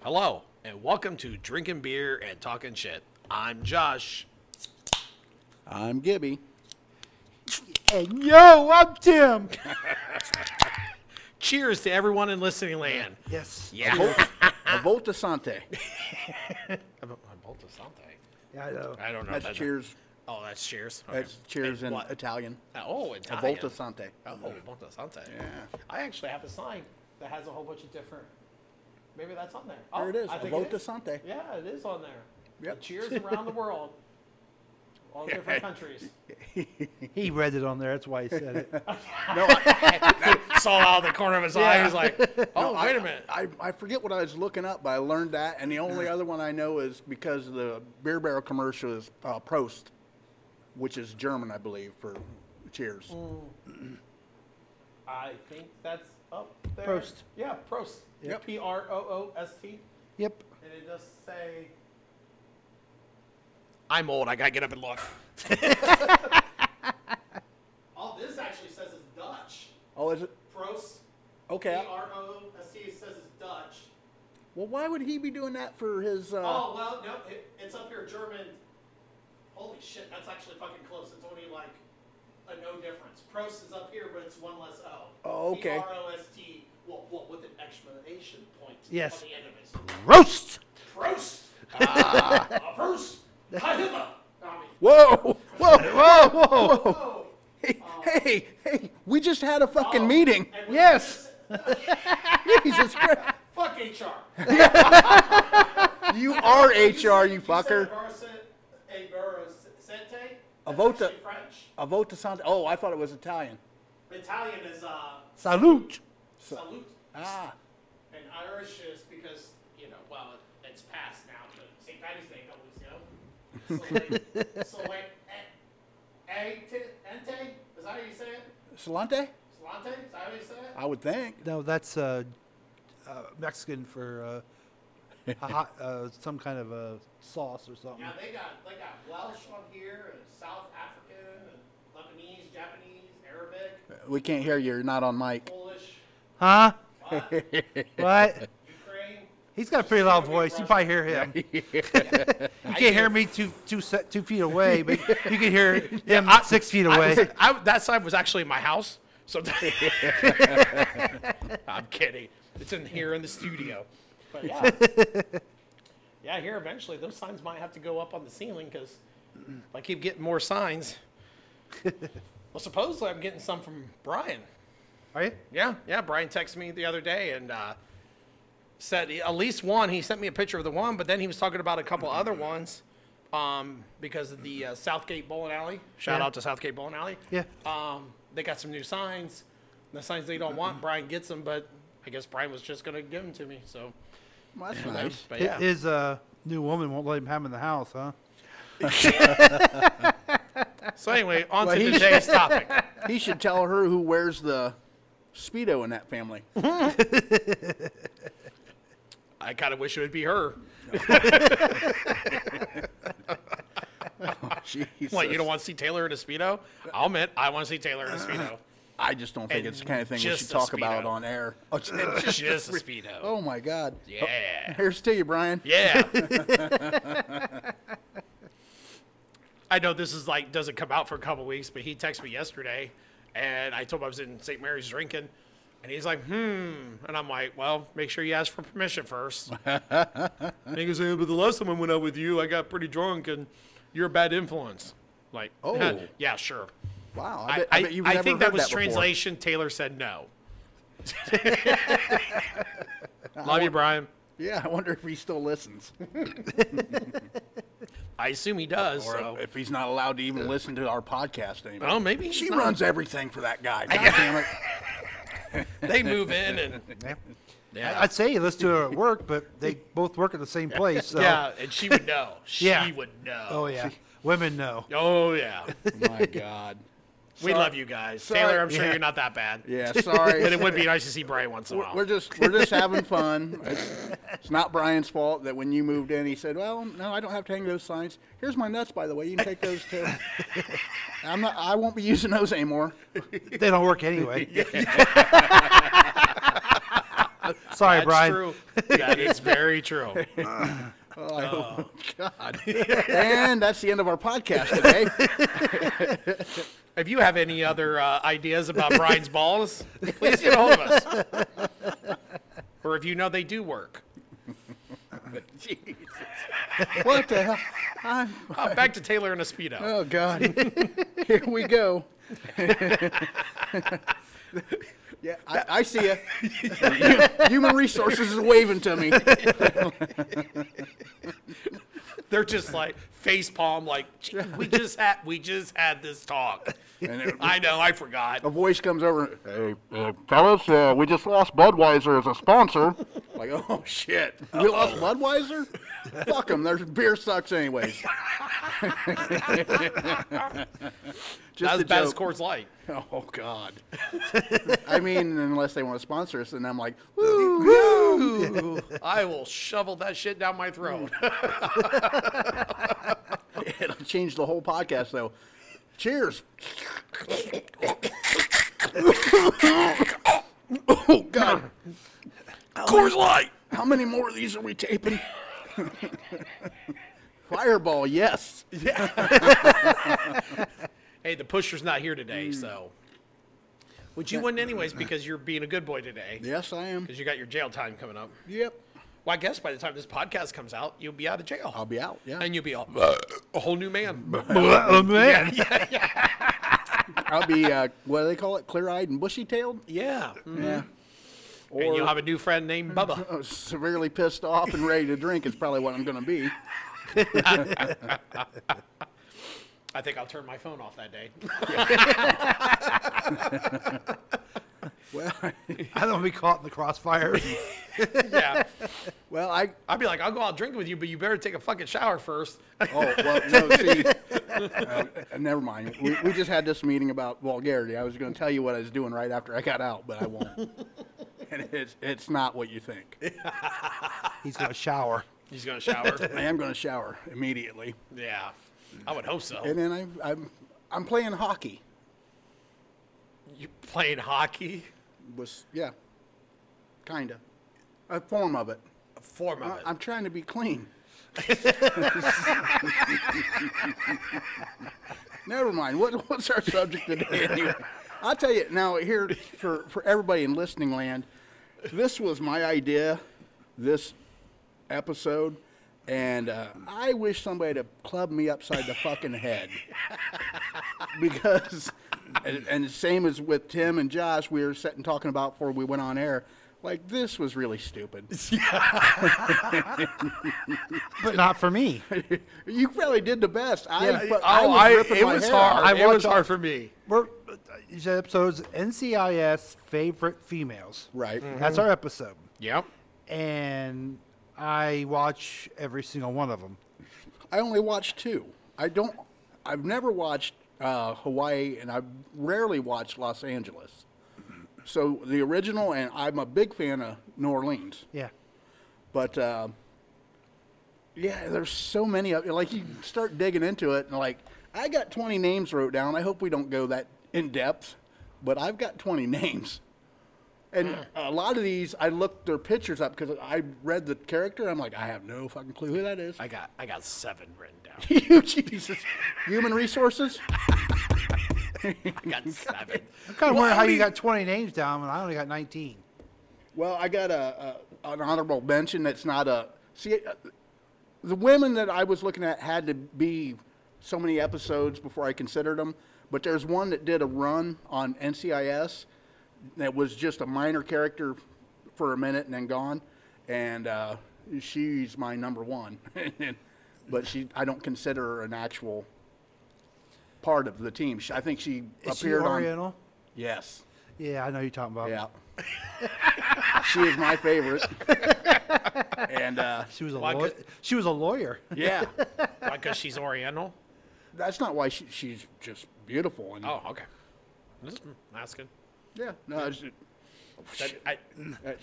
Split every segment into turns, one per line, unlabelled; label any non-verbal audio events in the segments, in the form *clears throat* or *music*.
Hello, and welcome to Drinking Beer and Talking Shit. I'm Josh.
I'm Gibby.
And yo, I'm Tim.
Cheers to everyone in listening land.
Yes.
Yeah.
A vote to Sante.
I know.
I don't know.
That's
that-
cheers.
Oh, that's cheers. Okay.
That's cheers
Hey,
in
what?
Italian.
Oh,
A
Italian.
vote to Sante.
Oh, Volta Sante.
Yeah.
I actually have a sign that has a whole bunch of different. Maybe that's on there. Oh,
There it is.
I
A
think
vote to
is.
Sante.
Yeah, it is on there.
Yep.
Cheers around the world,
*laughs*
all different countries.
He read it on there. That's why he said it.
Saw out of the corner of his eye. He's like, "Oh,
No, I-
wait a minute." Uh.
I, I forget what I was looking up, but I learned that. And the only other one I know is because the beer barrel commercial is uh, Prost, which is German, I believe, for cheers.
Mm.
I think that's up there.
Prost.
Yeah, Prost.
Yep.
P R O O S T.
yep.
And it does say. I'm old. I gotta get up and look. *laughs* All this actually says is Dutch.
Oh, is it?
Prost.
Okay.
P R O O S T says it's Dutch.
Well, why would he be doing that for his. Uh,
Oh well, no, it, it's up here German. Holy shit, that's actually fucking close. It's only like a no difference. Prost is up here, but it's one less O.
Oh, okay.
P R O S T. What? What? With an exclamation point
Yes.
on the end of it.
Roast.
Prost. *laughs* Ah, Prost. Kahima. I mean,
Whoa! *laughs* Whoa!
Whoa, whoa.
oh,
hey, hey, hey, we just had a fucking
oh,
meeting.
and we-
Yes.
*laughs* Jesus Christ.
Fuck
*laughs*
HR.
You are HR,
said eh,
you fucker.
Barca- a Barracete?
A
That's
vote to-
actually French.
A vote to Sante. Oh, I thought it was Italian.
Italian is uh,
Salute.
salute.
Ah.
And Irish is because, you know, well, it, it's past now, but St. Patty's Day always go. So, like, so like, eh, eh, t- ente? Is that how you say it?
Salante?
Salante? Is that how you say it?
I would think.
No, that's uh, uh, Mexican for uh, a hot, uh, some kind of a sauce or something.
Yeah, they got, they got Welsh on here, and South African, and Lebanese, Japanese, Arabic,
We can't hear you. You're not on mic.
Polish,
Huh?
what?
What?
Ukraine.
He's got a pretty loud voice. You probably hear him. *laughs* you can't hear me two, two, se- two feet away, but you can hear him six feet away.
that side was actually my house. So *laughs* I'm kidding. It's in here in the studio. But yeah.
*laughs*
yeah, here eventually those signs might have to go up on the ceiling because I keep getting more
*laughs*
signs. well, supposedly I'm getting some from Brian.
Are you?
Yeah, yeah. Brian texted me the other day and uh, said he- at least one. He sent me a picture of the one, but then he was talking about a couple other ones um, because of the uh, Southgate Bowling Alley. Shout
Yeah.
out to Southgate Bowling Alley.
Yeah.
Um, they got some new signs. The signs they don't want, Brian gets them, but I guess Brian was just gonna give them to me. So,
Well, that's nice.
but
Hi-
yeah,
His uh, new woman won't let him have him in the house, huh?
So anyway, on
Well,
to
he- *laughs*
today's topic.
He should tell her who wears the Speedo in that *laughs* family.
I kind of wish it would be her.
Jesus.
What you don't want to see Taylor in a speedo? I'll admit, I want to see Taylor in a speedo.
I just don't think
And
it's the kind of thing we
just
should
a
talk about
Speedo.
on air. Oh, it's- it's just-
Just a speedo.
*laughs* oh, my God.
Yeah.
Here's to you, Brian. *laughs*
Yeah. I know this is like doesn't come out for a couple weeks, but he texted me yesterday, and I told him I was in St. Mary's drinking, and he's like, "Hmm," and I'm like, "Well, make sure you ask for permission
*laughs*
first. and he goes, "Yeah, "But the last time I went out with you, I got pretty drunk, and you're a bad influence." Like, *laughs*
Oh.
yeah, sure.
Wow. I
I,
bet,
I,
bet you've
I
never
think
heard
that was
before.
translation. Taylor said
*laughs*
no. Love you, Brian.
Yeah, I wonder if he still
*laughs*
listens.
I assume he does.
Or
so-
if he's not allowed to even listen to our podcast anymore.
Oh, maybe he's
She
not.
runs everything for
*laughs*
that guy. God damn it.
They move in and
*laughs* Yeah.
yeah,
I'd say let's do it at work, but they both work at the same place. So.
yeah, and she would know.
*laughs*
She
Yeah.
would know.
Oh yeah. Women know.
Oh
*laughs*
yeah.
My God.
We
Sorry-
love you guys,
sorry-
Taylor. I'm sure
yeah.
you're not that bad.
Yeah, sorry.
*laughs* But it would
*laughs*
be nice to see Brian once in a while.
We're just we're just having fun. It's, it's not Brian's fault that when you moved in, he said, "Well, no, I don't have to hang those signs. Here's my nuts, by the way. You can take those
*laughs*
too. I'm not. I won't be using those anymore."
*laughs*
They don't work anyway. *laughs* Sorry,
That's
Brian. *laughs*
true. That is very true.
Oh, I hope-
*laughs*
God. and that's the end of our podcast today.
If you have any other uh, ideas about
*laughs*
Brian's balls, please get a hold of us. Or if you know they do work.
*laughs*
what the hell? I'm,
Oh, back to Taylor and a Speedo.
oh, *laughs* God. Here we go. yeah, I, I see you. *laughs* Human resources is waving to me.
They're just like face palm, like "Gee,
*laughs*
we just had we just had this talk. I know, I forgot.
A voice comes over. Hey,
Uh, fellas, uh, we just lost Budweiser as a sponsor.
like, oh, shit. We lost Budweiser? Fuck them. There's beer sucks, *laughs* anyways. Just
That was
a
bad as
joke.
Coors Light.
Oh God! I mean, unless they want to sponsor us, and I'm like,
Woo! I will shovel that shit down my throat.
it'll change the whole podcast though. Cheers! oh God!
*laughs* Coors Light.
How many more of these are we taping? Fireball, yes.
Hey, the pusher's not here today, so. Which you wouldn't anyways because you're being a good boy today.
Yes, I am.
Because you got your jail time coming up.
Yep.
Well, I guess by the time this podcast comes out, you'll be out of jail.
I'll be out. Yeah.
and you'll be a, a whole new man. *laughs*
oh, man.
I'll be uh, what do they call it? Clear-eyed and bushy-tailed.
Yeah.
Yeah.
Mm-hmm. and you'll
Or
have a new friend named Bubba.
uh, severely pissed off and ready to drink is probably what I'm going to be.
I think I'll turn my phone off that day. *laughs*
Well,
*laughs* I don't want to be caught in
*laughs*
the crossfire.
yeah.
well, I
I'd be like, I'll go out drinking with you, but you better take a fucking shower first. *laughs*
Oh well, no. See, uh, never mind. We, we just had this meeting about vulgarity. I was going to tell you what I was doing right after I got out, but I won't. and it's it's not what you think.
He's going to shower.
He's going to shower. *laughs*
I am going to shower immediately,
yeah. I would hope so.
and then I'm I'm I'm playing hockey.
You playing hockey?
Was yeah, kinda a form of it.
A form of
I,
it.
I'm trying to be clean. Never mind. What, what's our subject today? Anyway? I'll tell you now. Here for for everybody in listening land, this was my idea. This episode, and uh, I wish somebody to club me upside the fucking head because and, and the same as with Tim and Josh, we were sitting talking about before we went on air. Like this was really stupid.
But not
*laughs*
for me.
*laughs* You probably did the best. I,
Yeah,
but I
oh,
was
I,
ripping
it
my
was
hair out.
hard.
I
it was
watched all-
hard for me.
We're, uh, these episode's NCIS favorite females.
Right.
Mm.
That's
Mm-hmm.
our episode.
Yep.
And I watch every single one of them.
I only watched two. I don't. I've never watched uh, Hawaii, and I've rarely watched Los Angeles. So the original, and I'm a big fan of New Orleans.
Yeah.
But uh, yeah, there's so many of like you start digging into it, and like I got 20 names wrote down. I hope we don't go that in depth, but I've got 20 *laughs* names, and a lot of these I looked their pictures up because I read the character. I'm like, I have no fucking clue who that is.
I got I got seven written down.
*laughs* you Jesus, human resources.
I
*laughs*
got seven.
I'm kind
Well,
of wondering
I
how you
mean-
got 20 names down and I only got 19.
Well, I got a, a an honorable mention that's not a see. uh, The women that I was looking at had to be so many episodes before I considered them, but there's one that did a run on NCIS that was just a minor character for a minute and then gone, and uh, she's my number one. *laughs* but she, I don't consider her an actual part of the team. She, I think she
Is she
appeared on.
Oriental?
Yes.
Yeah, I know who you're talking about.
Yeah. *laughs* she is my favorite. *laughs* and uh,
She was a
Why
lawyer.
could-
She was a lawyer.
yeah,
Because she's Oriental.
that's not why she, she's just beautiful. And
Oh, okay. Just asking.
yeah, no, it's just-
That, I,
*laughs*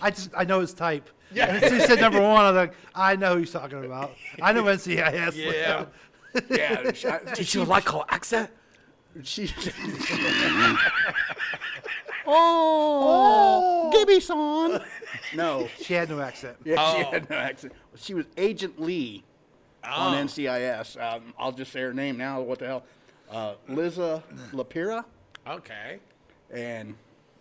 I just I know his type.
*laughs* Yeah.
And she said number one. I'm like, I know who he's talking about.
*laughs*
I know NCIS.
yeah.
yeah. She, I-
Did you like her accent?
she, *laughs* oh, Gibby son. No.
She had no accent.
Yeah, she had no accent. She was Agent Lee on NCIS. Um, I'll just say her name now. What the hell? Uh, Liza Lapira.
Okay.
And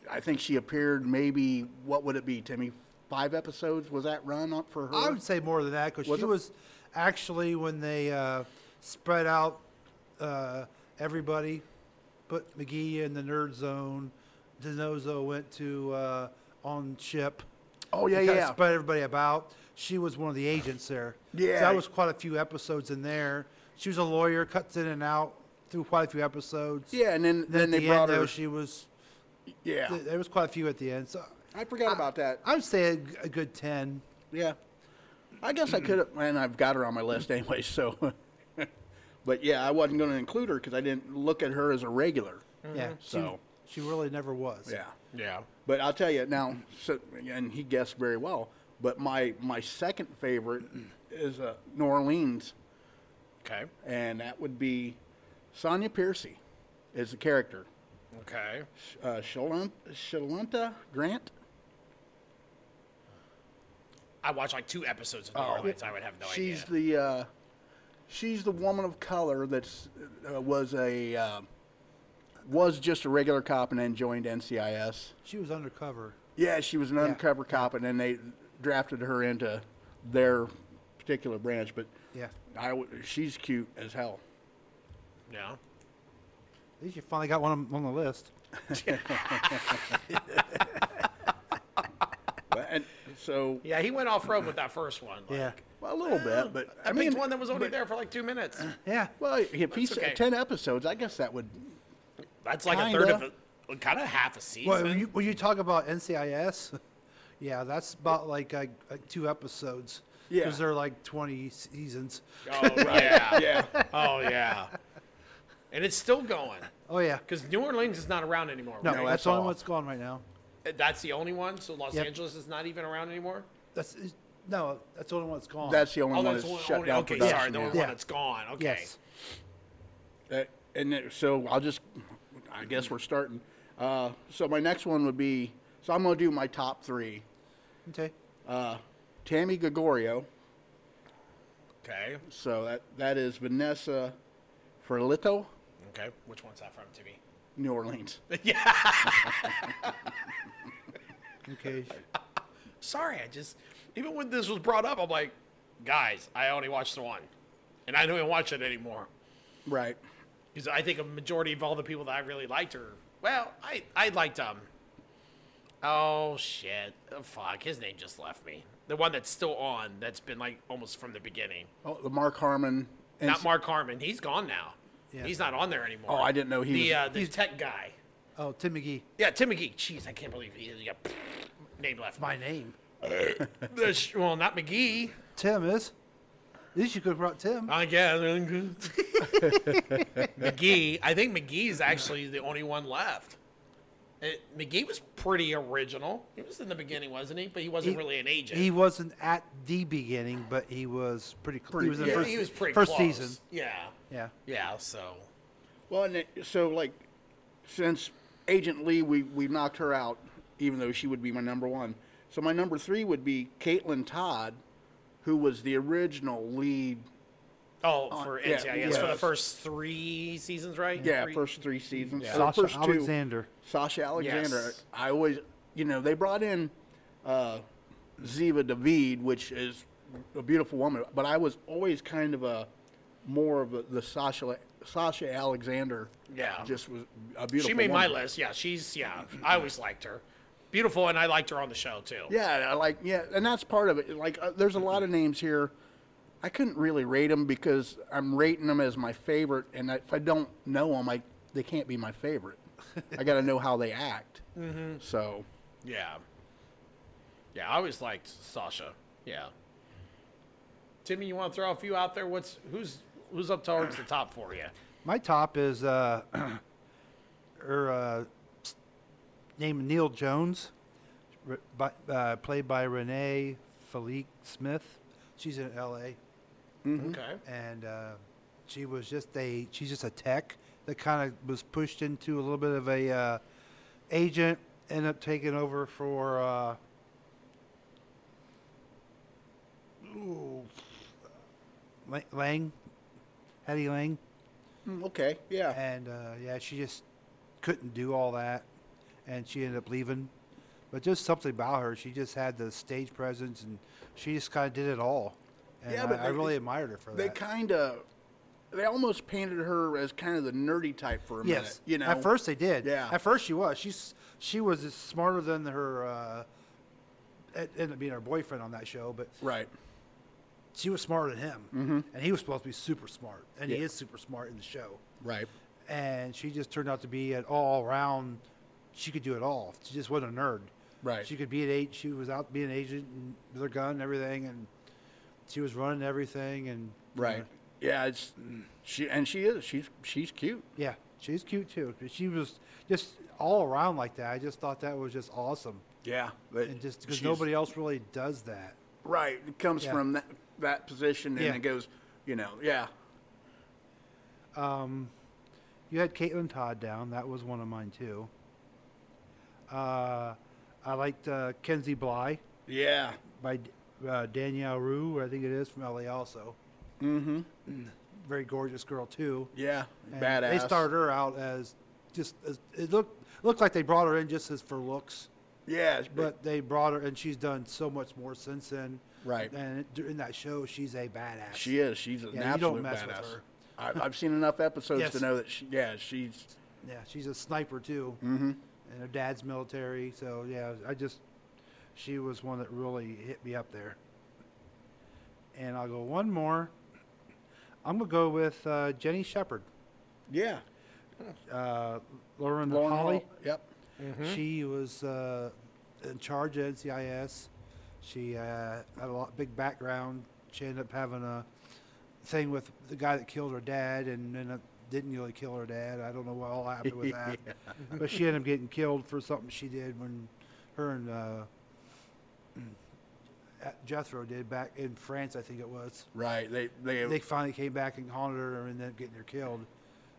I think she appeared maybe, what would it be, Timmy? Five episodes? Was that run up for her?
I would say more than that because
Was
she
it?
was actually when they uh, spread out uh, everybody, put McGee in the nerd zone. Denozo went to uh, on ship.
Oh, yeah,
They kinda
yeah.
Spread everybody about. She was one of the agents there. So
Yeah.
that was quite a few episodes in there. She was a lawyer, cuts in and out through quite a few episodes.
yeah, and then, then
Then, at
they
the
brought
end,
her.
though, she was.
yeah.
th- There was quite a few at the end. So
I forgot about that.
I would say a, g- a good ten.
Yeah. I guess I could have, and I've got her on my list anyway, so. *laughs* but yeah, I wasn't going to include her because I didn't look at her as a regular.
Yeah. She,
So.
she really never was.
Mm-hmm. Yeah.
Yeah.
But I'll tell you now, so, and he guessed very well. But my my second favorite is uh, New Orleans,
Okay.
and that would be Sonia Piercy, is the character.
Okay.
Uh, Shalun- Shalunta Grant.
I watched like two episodes of New Orleans. Oh, I would have no
Oh. she's
idea.
the uh, she's the woman of color that's uh, was a uh, was just a regular cop and then joined NCIS.
She was undercover.
Yeah, she was an undercover cop, and then they drafted her into their particular branch. But
Yeah.
I w- she's cute as hell.
yeah.
At least you finally got one on- on the list.
But- and so
Yeah, he went off road with that first one. Like,
Yeah.
well, a little bit, but Uh, I,
I,
mean,
picked one that was only there for like two minutes.
Yeah.
well, if he's
okay.
ten episodes, I guess that would.
That's like a third of
Kinda.
a kind of half a season.
Well, when you, when you talk about NCIS, *laughs* yeah, that's about like, uh, like two episodes.
Yeah.
Because they're like 20 seasons.
oh yeah. *laughs* yeah. Oh yeah. And it's still going
Oh, yeah.
because New Orleans is not around anymore.
No,
right? Uh,
that's,
that's
the only
off.
one that's gone right now.
That's the only one. So Los
Yep.
Angeles is not even around anymore.
That's No, that's the only one that's gone.
That's the only
Oh,
one
that's
that's
the only,
shut
only-
down
okay.
production.
Sorry, the only
yeah.
one
Yeah.
that's gone. Okay.
Yes.
Uh, and it- so I'll just, I guess we're starting. Uh, so my next one would be, so I'm gonna do my top three: Uh,
Okay.
Tammy Gregorio,
Okay.
so that that is Vanessa Ferlito,
Okay. Which one's that from, Timmy?
New
*laughs*
Orleans.
Okay.
Sorry, I just even when this was brought up, I'm like, guys, I only watched the one, and I don't even watch it anymore.
right.
because I think a majority of all the people that I really liked are well, I I liked um. Oh shit! Oh, fuck, his name just left me. The one that's still on, that's been like almost from the beginning.
Oh, the Mark Harmon. and
Not Mark Harmon, he's gone now.
Yeah.
He's not on there anymore.
Oh, I didn't know he
the
was-
uh, the tech guy.
Oh, Tim McGee.
Yeah, Tim McGee. Jeez, I can't believe he he got *laughs* name left.
My name.
The sh- well, not McGee.
Tim is. At least you could have brought Tim.
I guess *laughs* McGee. I think McGee's actually the only one left. It, McGee was pretty original. He was in the beginning, wasn't he? But he wasn't really an agent.
He wasn't at the beginning, but he was pretty close. He was in the
yeah,
first,
he was pretty
first
close.
season.
Yeah.
Yeah.
Yeah. So
Well, and it, so like, since Agent Lee, we we knocked her out, even though she would be my number one. So my number three would be Caitlin Todd, who was the original lead.
oh,
Uh,
for
yeah,
NCIS for the
yes.
first three seasons, right?
Yeah,
Three-
first three seasons. So
Sasha
first two-
Alexander.
Sasha Alexander.
Yes.
I always, you know, they brought in uh, Ziva David, which is a beautiful woman, but I was always kind of a more of a, the Sasha Sasha Alexander.
Yeah.
just was a beautiful.
She made my
woman.
list. Yeah. She's yeah. I always liked her. Beautiful, and I liked her on the show too.
Yeah, I like yeah, and that's part of it. Like, uh, there's a lot of names here. I couldn't really rate them because I'm rating them as my favorite, and if I don't know them, I they can't be my *laughs* favorite. I got to know how they act. Mm-hmm. So,
Yeah. Yeah, I always liked Sasha. Yeah. Timmy, you want to throw a few out there? What's who's who's up towards the top for you?
My top is uh, *clears throat* her uh, named Neil Jones, re- by, uh, played by Renee Felique Smith. She's in L.A.
Okay.
and uh, she was just a she's just a tech that kind of was pushed into a little bit of a uh, agent, ended up taking over for uh, La- Lang, Hetty Lang,
Mm, Okay, yeah.
and uh, yeah, she just couldn't do all that, and she ended up leaving. But just something about her, she just had the stage presence, and she just kind of did it all. And
Yeah,
I,
but
I
they-
really admired her for
They
that.
kind of, they almost painted her as kind of the nerdy type for a minute. You know,
at first they did.
Yeah.
at first she was. She's she was as smarter than her. Uh, it ended up being her boyfriend on that show, but
right?
she was smarter than him,
Mm-hmm.
and he was supposed to be super smart, and he is super smart in the show.
Right.
And she just turned out to be an all around. She could do it all. She just wasn't a nerd.
Right.
She could be an eight. She was out being an agent and with her gun and everything, and she was running everything. And
Right. Yeah, it's she and she is. She's she's cute.
yeah, she's cute too. She was just all around like that. I just thought that was just awesome.
Yeah, but
and just because
she's-
nobody else really does that.
right it comes
Yeah.
from that, that position and
Yeah.
it goes, you know, yeah,
You had Caitlin Todd down. That was one of mine too. Uh, I liked uh, Kenzie Bly
yeah,
by D- uh, Danielle Rue, I think it is from LA also. Mm-hmm. *clears throat* Very gorgeous girl too.
yeah,
And
badass.
They started her out as just as, it looked looked like they brought her in just as for looks.
yeah, but
But they brought her, and she's done so much more since then.
Right.
And during that show, she's a badass.
she is. She's an
you don't
absolute
mess with
badass.
her.
I, I've seen enough episodes to
Yes.
know that she, yeah, she's
Yeah, she's a sniper too. Mm-hmm. And her dad's military, so yeah, I just she was one that really hit me up there. And I'll go one more. I'm gonna go with uh, Jenny Shepard,
yeah,
uh, Lauren,
Lauren
Holly.
Hall, Yep.
She was uh, in charge at NCIS. She uh, had a lot big background. She ended up having a thing with the guy that killed her dad, and ended up didn't really kill her dad. I don't know what all happened with that, *laughs* but she ended up getting killed for something she did when her and uh, *clears throat* Jethro did back in France, I think it was
Right. They they,
they finally came back and haunted her and then getting her killed.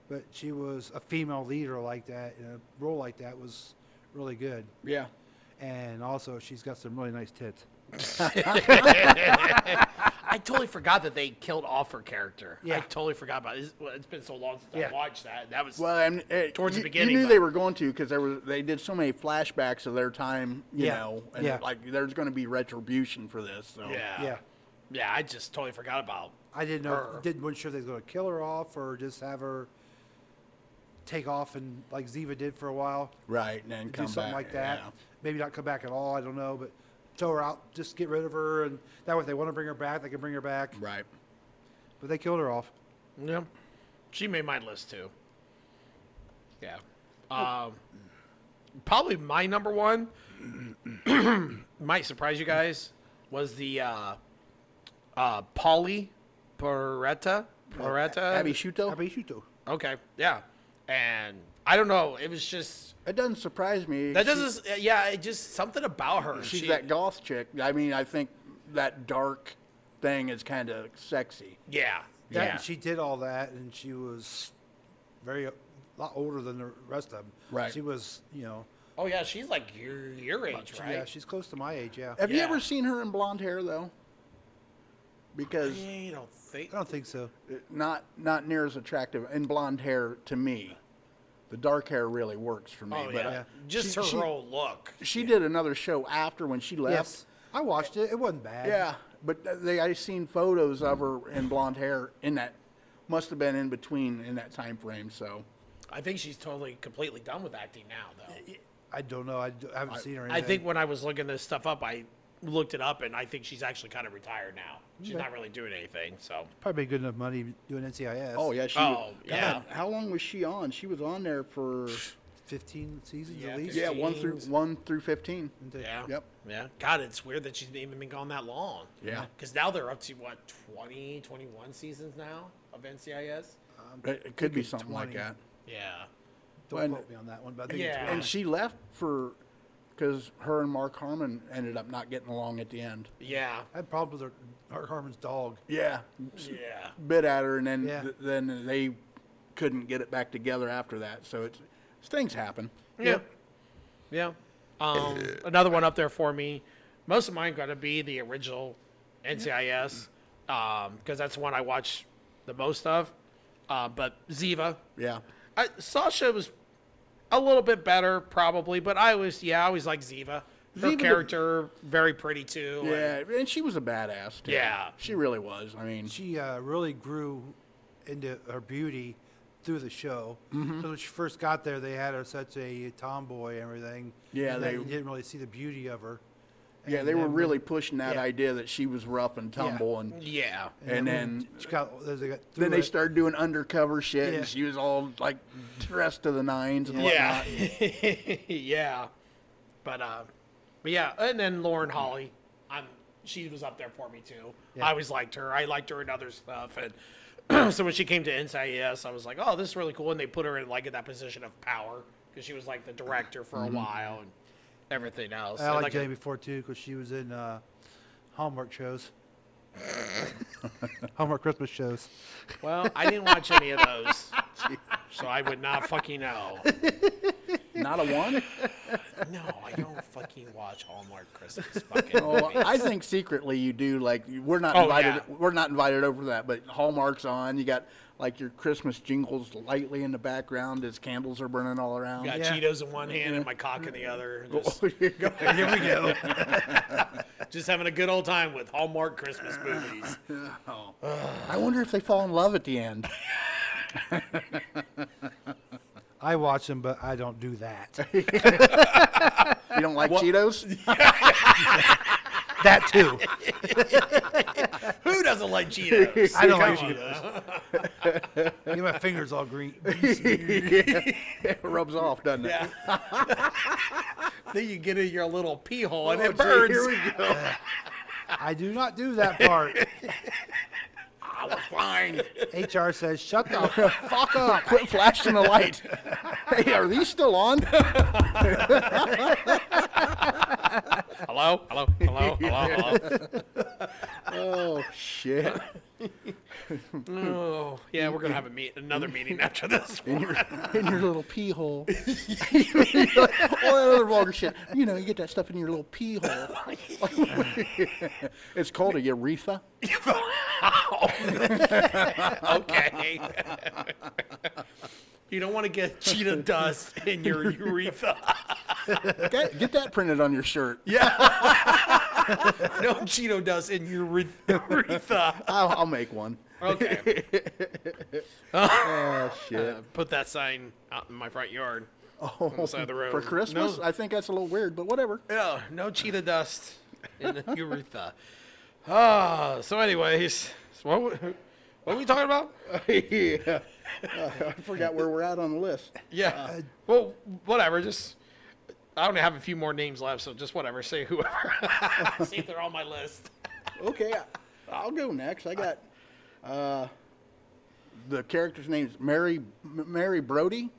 But she was a female leader like that in a role like that was really good.
yeah.
And also, she's got some really nice tits.
I totally forgot that they killed off her character. I
Yeah.
totally forgot about it. It's, well, it's been so long since
Yeah.
I watched that. That was
Well, and it,
Towards the
you-
beginning,
you knew
but-
they were going to because there was they did so many flashbacks of their time, you
Yeah.
know, and
Yeah.
like there's going to be retribution for this. So
yeah.
Yeah.
Yeah, I just totally forgot about.
I didn't know,
Her.
didn't wasn't sure they was going to kill her off or just have her take off and like Ziva did for a while,
right, and then
do
come
something
back,
like that.
yeah.
Maybe not come back at all. I don't know, but throw her out, just get rid of her, and that way, if they want to bring her back, they can bring her back.
Right.
But they killed her off.
Yeah. She made my list too. Yeah. Um, probably my number one *clears throat* might surprise you guys was the uh, uh, Polly Peretta. Peretta.
uh,
Abby Shuto.
Abishuto.
Okay. Yeah. And I don't know. It was just
It doesn't surprise me.
that
She-
doesn't. yeah. It just something about her.
She's
She-
that goth chick. I mean, I think that dark thing is kind of sexy.
Yeah.
That,
yeah.
She did all that, and she was very a lot older than the rest of them.
Right.
She was, you know,
oh yeah. She's like your your age,
she-
right?
yeah, she's close to my age. Yeah.
Have you
Yeah.
ever seen her in blonde hair though? Because
I don't think.
I don't think so.
not not near as attractive in blonde hair to me. The dark hair really works for me.
Oh
but
yeah.
I-
Just
she-
her
she-
whole look.
She did another show after when she left.
Yes. I watched it. It wasn't bad.
Yeah, but uh, they I seen photos of her in blonde hair in that must have been in between in that time frame. So
I think she's totally completely done with acting now, though.
I don't know. I, d- I haven't seen her.
I
Anything.
think when I was looking this stuff up, I looked it up, and I think she's actually kind of retired now. She's not really doing anything. So
probably good enough money doing NCIS.
oh yeah, she.
Oh,
God,
yeah.
How long was she on? She was on there for
fifteen seasons
Yeah,
at least.
yeah one through
15s.
one through fifteen.
yeah.
Yep.
Yeah. God, it's weird that she's even been gone that long.
Yeah.
Because now they're up to what 20, 21 seasons now of NCIS.
Um,
It, it could be something like
20.
that.
Yeah.
Don't
When-
quote me on that one, but I think
Yeah.
it's
And she left for because her and Mark Harmon ended up not getting along at the end.
Yeah.
I had problems with her, her Harmon's dog.
Yeah,
Yeah.
bit at her, and then
Yeah.
th- then they couldn't get it back together after that. So it's things happen.
Yeah. Yeah. Um, another one up there for me. Most of mine going to be the original NCIS. because um, that's the one I watch the most of. Uh, but Ziva,
Yeah.
I, Sasha was a little bit better probably, but I was yeah I always like Ziva. Her
Ziva the-
character very pretty too. and-
Yeah, and she was a badass. Too.
Yeah.
she really was. I mean,
She uh, really grew into her beauty through the show.
Mm-hmm.
'Cause When she first got there, they had her such a tomboy and everything.
Yeah,
and that
they-
you didn't really see the beauty of her.
yeah,
And
they were
then-
really pushing that
yeah.
idea that she was rough and tumble, and
yeah.
and
when
then
she got, they got through
then they
it,
started doing undercover shit,
Yeah.
and she was all like dressed to the nines and
Yeah.
whatnot.
yeah. *laughs* But uh but yeah, and then Lauren Holly, I'm she was up there for me too.
Yeah.
I always liked her. I liked her in other stuff and *clears throat* so when she came to NCIS, I was like, "Oh, this is really cool." And they put her in like in that position of power because she was like the director for a while and everything else.
I
And,
liked
like,
Jenny before too because she was in uh,
*laughs*
Hallmark shows, Hallmark Christmas shows.
Well, I didn't watch any of those, so I would not fucking know.
Not a one.
No, I don't fucking watch Hallmark Christmas fucking. *laughs*
Well,
movies.
I think secretly you do. Like we're not
Oh,
invited.
yeah.
We're not invited over that. But Hallmark's on. You got like your Christmas jingles lightly in the background as candles are burning all around. *laughs*
Got
Yeah.
Cheetos in one hand and my cock in the other.
Oh,
Just,
Here we go.
just having a good old time with Hallmark Christmas movies. *laughs*
I wonder if they fall in love at the end.
*laughs* I watch them, but I don't do that.
You don't
*laughs*
like Cheetos?
That
*laughs*
too.
Who doesn't *laughs* like Cheetos?
I don't like
Come on, huh?
*laughs* Get my fingers all green.
it rubs off, doesn't it?
Yeah. *laughs* then you get in your little pee hole and
Oh,
it
gee,
burns.
Here we go.
I do not do
*laughs*
that part.
I was fine.
HR says,
*laughs*
shut the fuck up.
Quit flashing the light. hey, are these still on? *laughs*
Hello? Hello? *laughs* Hello? Hello? Hello?
oh shit!
Oh, yeah, we're going to have a meet, another meeting after this *laughs* one.
In your, in your little pee *laughs* hole. All that other vulgar shit. You know, you get that stuff in your little pee
*laughs*
hole. it's called a urethra.
okay. you don't want to get cheetah dust in your *laughs* urethra.
Okay, get that printed on your shirt.
No Cheeto dust in your urethra.
I'll, I'll make one.
*laughs* Okay.
Oh shit!
Put that sign out in my front yard.
Oh,
the side of the road.
for Christmas,
No.
I think that's a little weird, but *laughs* whatever.
No, Oh, no cheetah dust in *laughs* the urethra. Ah, so anyways, so what, w- what are we talking about? *laughs*
yeah. I forgot where we're at on the list.
Yeah. well, whatever. Just I only have a few more names left, so just whatever. Say whoever. *laughs* See if they're on my list.
Okay, I- I'll go next. I got uh, the character's name is Mary M- Mary Brody,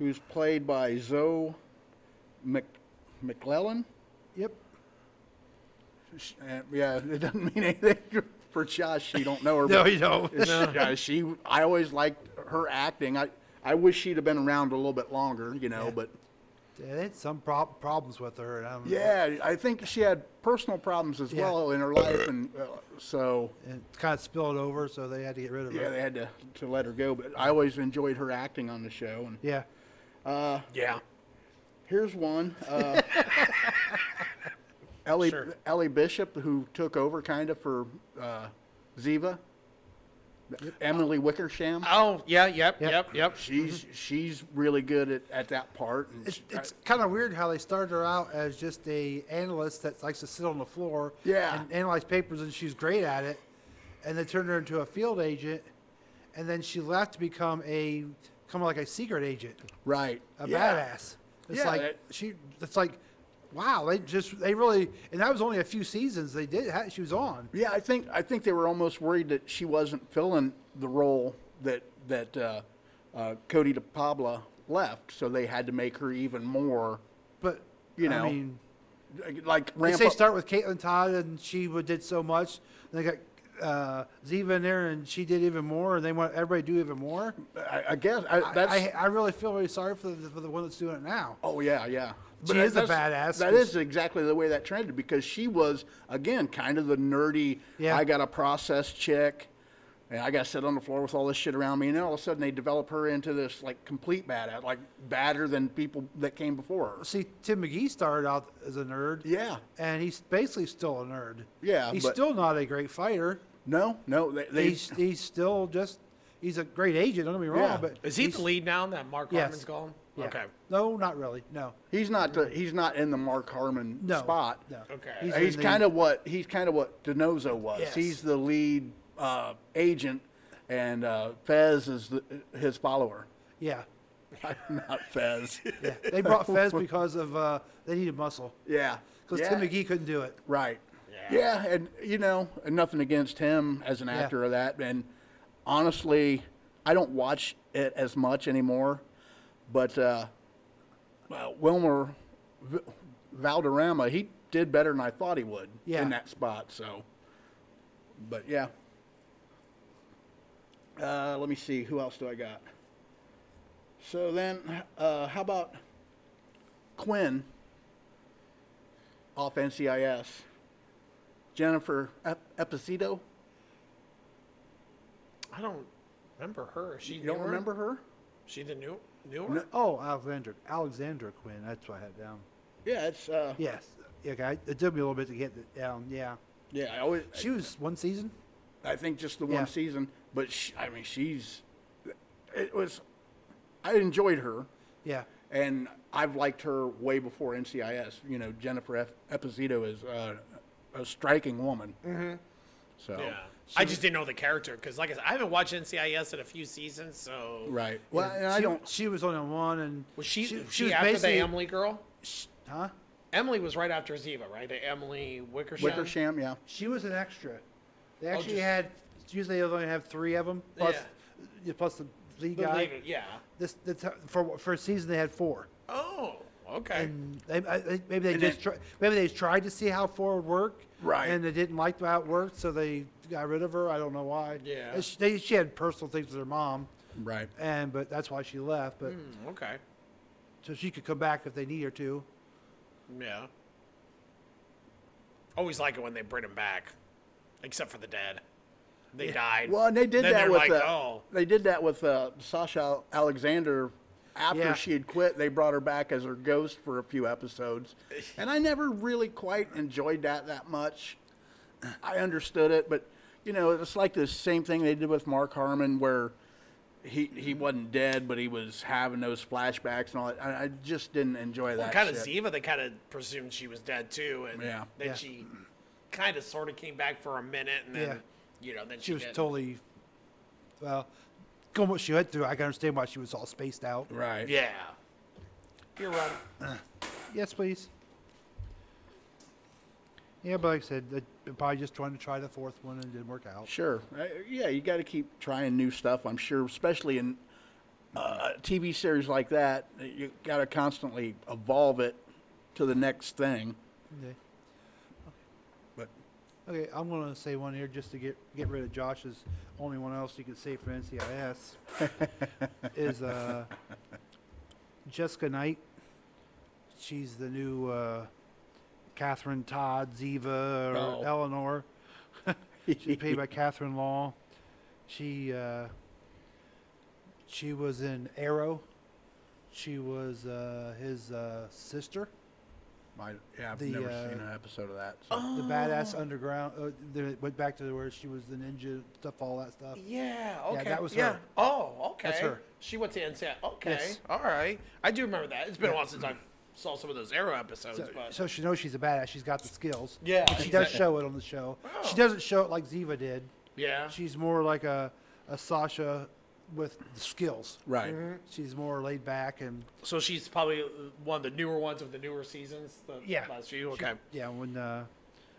who's played by Zoe Mc, McClellan.
Yep.
Sh- uh, Yeah, *laughs* it doesn't mean anything for Josh. You don't know her.
No,
but
you don't.
it's- yeah, she. I always liked her acting. I I wish she'd have been around a little bit longer, you know. But
There ain't some prob- problems with her. And I'm,
yeah, I think she had personal problems as
Yeah.
well in her life, and uh, so
And it kind of spilled over, so they had to get rid of
Yeah,
her.
they had to, to let her go, but I always enjoyed her acting on the show. And
Yeah.
Yeah.
here's one,
*laughs*
uh, Ellie
Sure.
Ellie Bishop, who took over kind of for uh, Ziva, Emily Wickersham.
Oh yeah. Yep. Yep. Yep.
She's she's really good at, at that part. And
It's,
she-
it's kind of weird how they started her out as just a analyst that likes to sit on the floor
Yeah.
and analyze papers, and she's great at it. And they turned her into a field agent, and then she left to become a, kind of like a secret agent.
right.
a
yeah.
badass. It's
Yeah,
like
that-
she. It's like, wow. They just they really and that was only a few seasons they did. ha- She was on.
Yeah, I think I think they were almost worried that she wasn't filling the role that that uh, uh, Cody DePabla left, so they had to make her even more.
But
You
I
know,
mean,
like
they
ramp
say
up.
start with Caitlin Todd and she would did so much. And they got uh, Ziva in there and she did even more, and they want everybody to do even more.
I, I guess I, that's.
I, I really feel very sorry for the, for the one that's doing it now.
oh yeah, yeah.
She is a
that's-
badass.
That is exactly the way that trended because she was again kind of the nerdy.
Yeah.
I got a process chick, and I got to sit on the floor with all this shit around me, and then all of a sudden they develop her into this like complete badass, like badder than people that came before her.
See, Tim McGee started out as a nerd.
Yeah.
And he's basically still a nerd.
Yeah,
He's
but-
still not a great fighter.
No, no, they. they
he's he's still just he's a great agent. Don't get me wrong,
Yeah.
but
Is he
he's-
the lead now that Mark
Yes.
Harmon's gone?
yeah.
Okay.
No, not really. No.
He's not the, he's not in the Mark Harmon
No.
spot.
No.
Okay.
He's,
in the-
kind of what he's kind of what Denozo was.
Yes.
He's the lead uh, agent, and uh, Fez is the, his follower.
yeah.
not *laughs* Fez.
Yeah. They brought Fez because of uh, they needed muscle
yeah,
because
yeah.
Tim McGee couldn't do it.
Right.
Yeah.
Yeah. and you know, and nothing against him as an
Yeah.
actor of that. And honestly, I don't watch it as much anymore. But uh, well, Wilmer v- Valderrama, he did better than I thought he would
Yeah.
in that spot. So, but yeah. Uh, let me see. Who else do I got? So then, uh, how about Quinn off NCIS? Jennifer Ep- Epicito.
I don't remember her. Is She
You don't
newer?
remember her?
She the new newer.
No.
Oh, Alexander Alexander Quinn. That's what I had down.
Yeah, it's uh, yeah.
Yes. Okay. I- It took me a little bit to get it down. Yeah.
I always,
She was one season.
I think just the one
Yeah.
season, but sh I mean, she's. It was, I enjoyed her,
Yeah.
and I've liked her way before NCIS. You know, Jennifer F- Epicito is uh, a striking woman. Mm-hmm. So.
Yeah. I just didn't know the character because, like I said, I haven't watched NCIS in a few seasons. So
Right. Well, and I
she,
don't.
She was only on one, and
was she?
She,
She,
was
after
basically
the Emily girl.
sh- Huh?
Emily was right after Ziva, right? The Emily Wickersham.
Wickersham, yeah.
She was an extra. They actually
Oh, just-
had usually they only have three of them plus yeah, plus the lead
The
guy.
leader, yeah.
This the t- for for a season they had four.
Oh, okay.
And they, I, I- maybe they
And
just
then-
try, maybe they tried to see how four would work,
Right.
And they didn't like how it worked, so they got rid of her. I don't know why.
Yeah.
And she, they, she had personal things with her mom,
Right.
and but that's why she left. But
Hmm, okay.
so she could come back if they need her to.
Yeah. Always like it when they bring them back, except for the dead. They died.
Well, and they did
Then
that
they're
with
like,
uh,
oh,
they did that with uh, Sasha Alexander. After
Yeah.
she had quit, they brought her back as her ghost for a
*laughs*
few episodes, and I never really quite enjoyed that that much. I understood it, but you know, it's like the same thing they did with Mark Harmon, where he he wasn't dead, but he was having those flashbacks and all that. I, I just didn't enjoy that.
kind of
shit.
Ziva. They kind of presumed she was dead too, and
Yeah.
then
Yeah.
she kind of sort of came back for a minute, and then you know, then she,
She was
didn't.
totally well, going what she went through. I can understand why she was all spaced out.
Right.
Yeah. You're right.
Yes, please. Yeah, but like I said, I- probably just trying to try the fourth one and it didn't work out.
Sure. Uh, Yeah, you got to keep trying new stuff. I'm sure, especially in uh, a TV series like that, you got to constantly evolve it to the next thing.
Okay.
But
Okay, I'm gonna say one here just to get get rid of Josh's only one else you can say for NCIS is uh, Jessica Knight. She's the new uh, Catherine Todd, Ziva, or
Oh.
Eleanor. She's played by Catherine Law. She uh, she was in Arrow. She was uh, his uh, sister.
I, yeah, I've
The,
never
uh, Oh.
seen an episode of that. So.
the
Oh.
badass underground. Uh, they went back to where she was the ninja stuff, all that stuff.
Yeah.
Yeah,
Okay.
that was her.
Oh, okay.
That's her.
She went to NSA. Okay.
Yes.
All right. I do remember that. It's been a while since I saw some of those Arrow episodes,
So,
but
so she knows she's a badass. She's got the skills.
Yeah.
and she does show it on the show. She
Oh.
doesn't show it like Ziva did.
yeah.
She's more like a, a Sasha with skills.
right.
She's more laid back and
So she's probably uh, one of the newer ones of the newer seasons. The
yeah.
Last
she-
few. Okay.
yeah, when uh,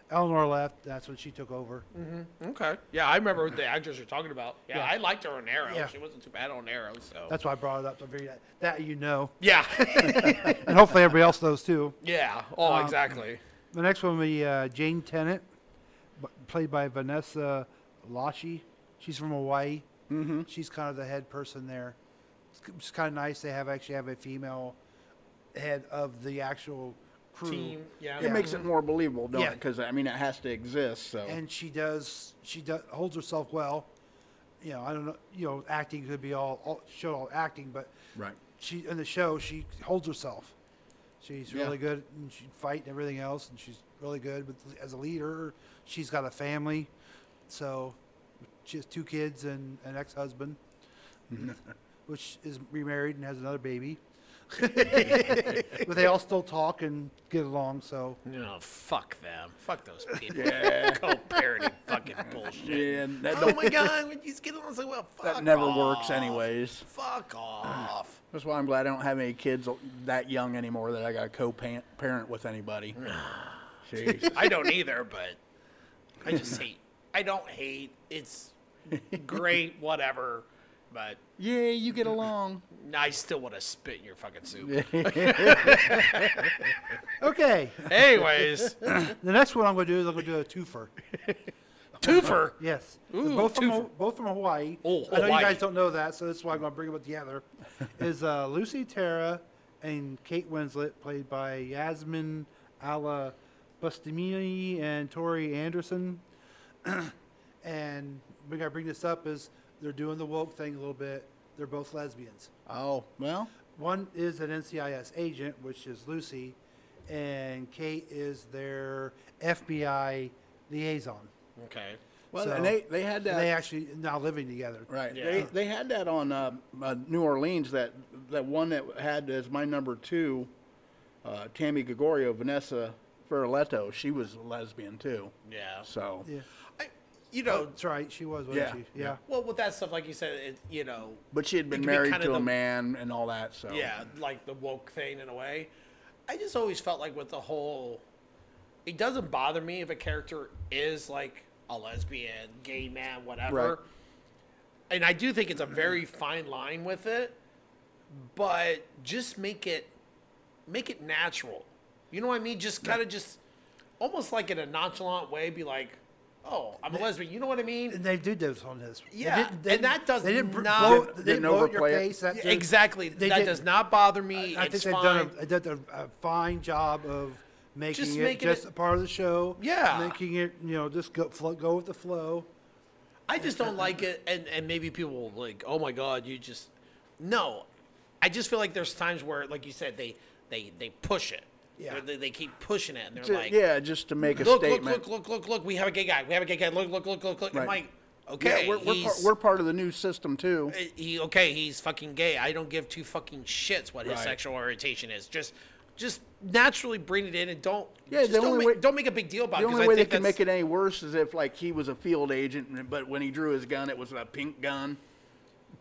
Eleanor left, that's when she took over.
Mm. Okay. Yeah, I remember the actress you're talking about. Yeah,
Yeah.
I liked her on Arrow.
Yeah.
She wasn't too bad on Arrow. So.
That's why I brought it up. So very that you know,
yeah. *laughs*
and hopefully everybody else knows too.
yeah. Oh,
Um,
exactly.
The next one will be uh, Jane Tennant, b- played by Vanessa Lashi. She's from Hawaii. Mm-hmm. She's kind of the head person there. It's, k- it's kind of nice. They have actually have a female head of the actual crew.
Team, yeah.
It makes it more believable, don't it?
Yeah.
'Cause Because I mean, it has to exist. So
and she does she does holds herself well. You know, I don't know. You know, acting could be all, all show all acting, but
Right.
She in the show she holds herself. She's
Yeah.
really good and she fight and everything else, and she's really good. But as a leader, she's got a family, so she has two kids and an ex-husband, which is remarried and has another baby. *laughs* but they all still talk and get along. So
No, fuck them. Fuck those people.
*laughs*
Co-parenting
*laughs*
fucking bullshit.
yeah, that,
Oh
don't-
my god, when he's getting on so well. Fuck
*laughs* that never
off.
works, anyways.
Fuck off.
That's why I'm glad I don't have any kids that young anymore that I got to co-parent with
*sighs*
anybody. Jeez.
I don't either, but I just hate. I don't hate. It's
Great, whatever. But
Yeah, you get along.
I still want to spit in your fucking soup.
okay,
anyways,
the next one I'm going to do is I'm going to do a twofer.
twofer.
Yes. They're both, from, Ho- both from Hawaii.
Oh,
I know you
Hawaii.
guys don't know that, so that's why I'm going to bring them
*laughs*
up together. is uh, Lucy Tara and Kate Winslet, played by Yasmin Ala Bustamini and Tori Anderson. *clears throat* and we got to bring this up is they're doing the woke thing a little bit. They're both lesbians.
Oh well,
One is an NCIS agent, which is Lucy, and Kate is their FBI liaison.
Okay.
well, and they they had that
They actually now living together.
right.
Yeah.
They they had that on uh, uh, New Orleans. That that one that had as my number two, uh, Tammy Gregorio, Vanessa Ferraletto. She was a lesbian too.
Yeah.
So
Yeah.
I, you know,
Oh, That's right. She was, wasn't
Yeah.
she?
Yeah.
Yeah.
well, with that stuff, like you said, it, you know,
but she had been
can be
married
kinda
to a
the-
man and all that. So
yeah, like the woke thing in a way. I just always felt like with the whole, it doesn't bother me if a character is like a lesbian, gay man, whatever.
Right.
And I do think it's a very fine line with it, but just make it, make it natural. You know what I mean? Just kind of just, almost like in a nonchalant way, be like, "Oh, I'm a lesbian." You know what I mean?
And they did this on this. They
Yeah,
didn't- they-
and that does
they didn't br-
not-
blow,
Didn't-
they
didn't
didn't blow up your
overplay it.
face. That
Yeah,
did-
exactly.
they
that
didn't-
does not bother
I
me.
I
it's
think they've
fine.
done a, they did a, a fine job of making
Just
it
making
just
it-
a part of the show.
Yeah.
Making it, you know, just go flow, go with the flow.
I just don't like it, and and maybe people will like, oh my god, you just no. I just feel like there's times where, like you said, they they they push it.
Yeah.
Where They, they keep pushing it, and they're
Ju-
like,
yeah, just to make a
look, look,
statement.
look, look, look, look. We have a gay guy. We have a gay guy. Look, look, look, look, look. I'm
Right.
like, okay,
yeah, we're we're, part,
he's-
we're part of the new system too.
uh, he okay, he's fucking gay. I don't give two fucking shits what his
Right.
sexual orientation is. Just just naturally bring it in and don't
Yeah,
just
the
don't,
only
make,
way-
don't make a big deal about
The
it. 'cause
only
I
way they
think
can
that's-
make it any worse is if, like, he was a field agent, and- but when he drew his gun, it was a pink gun.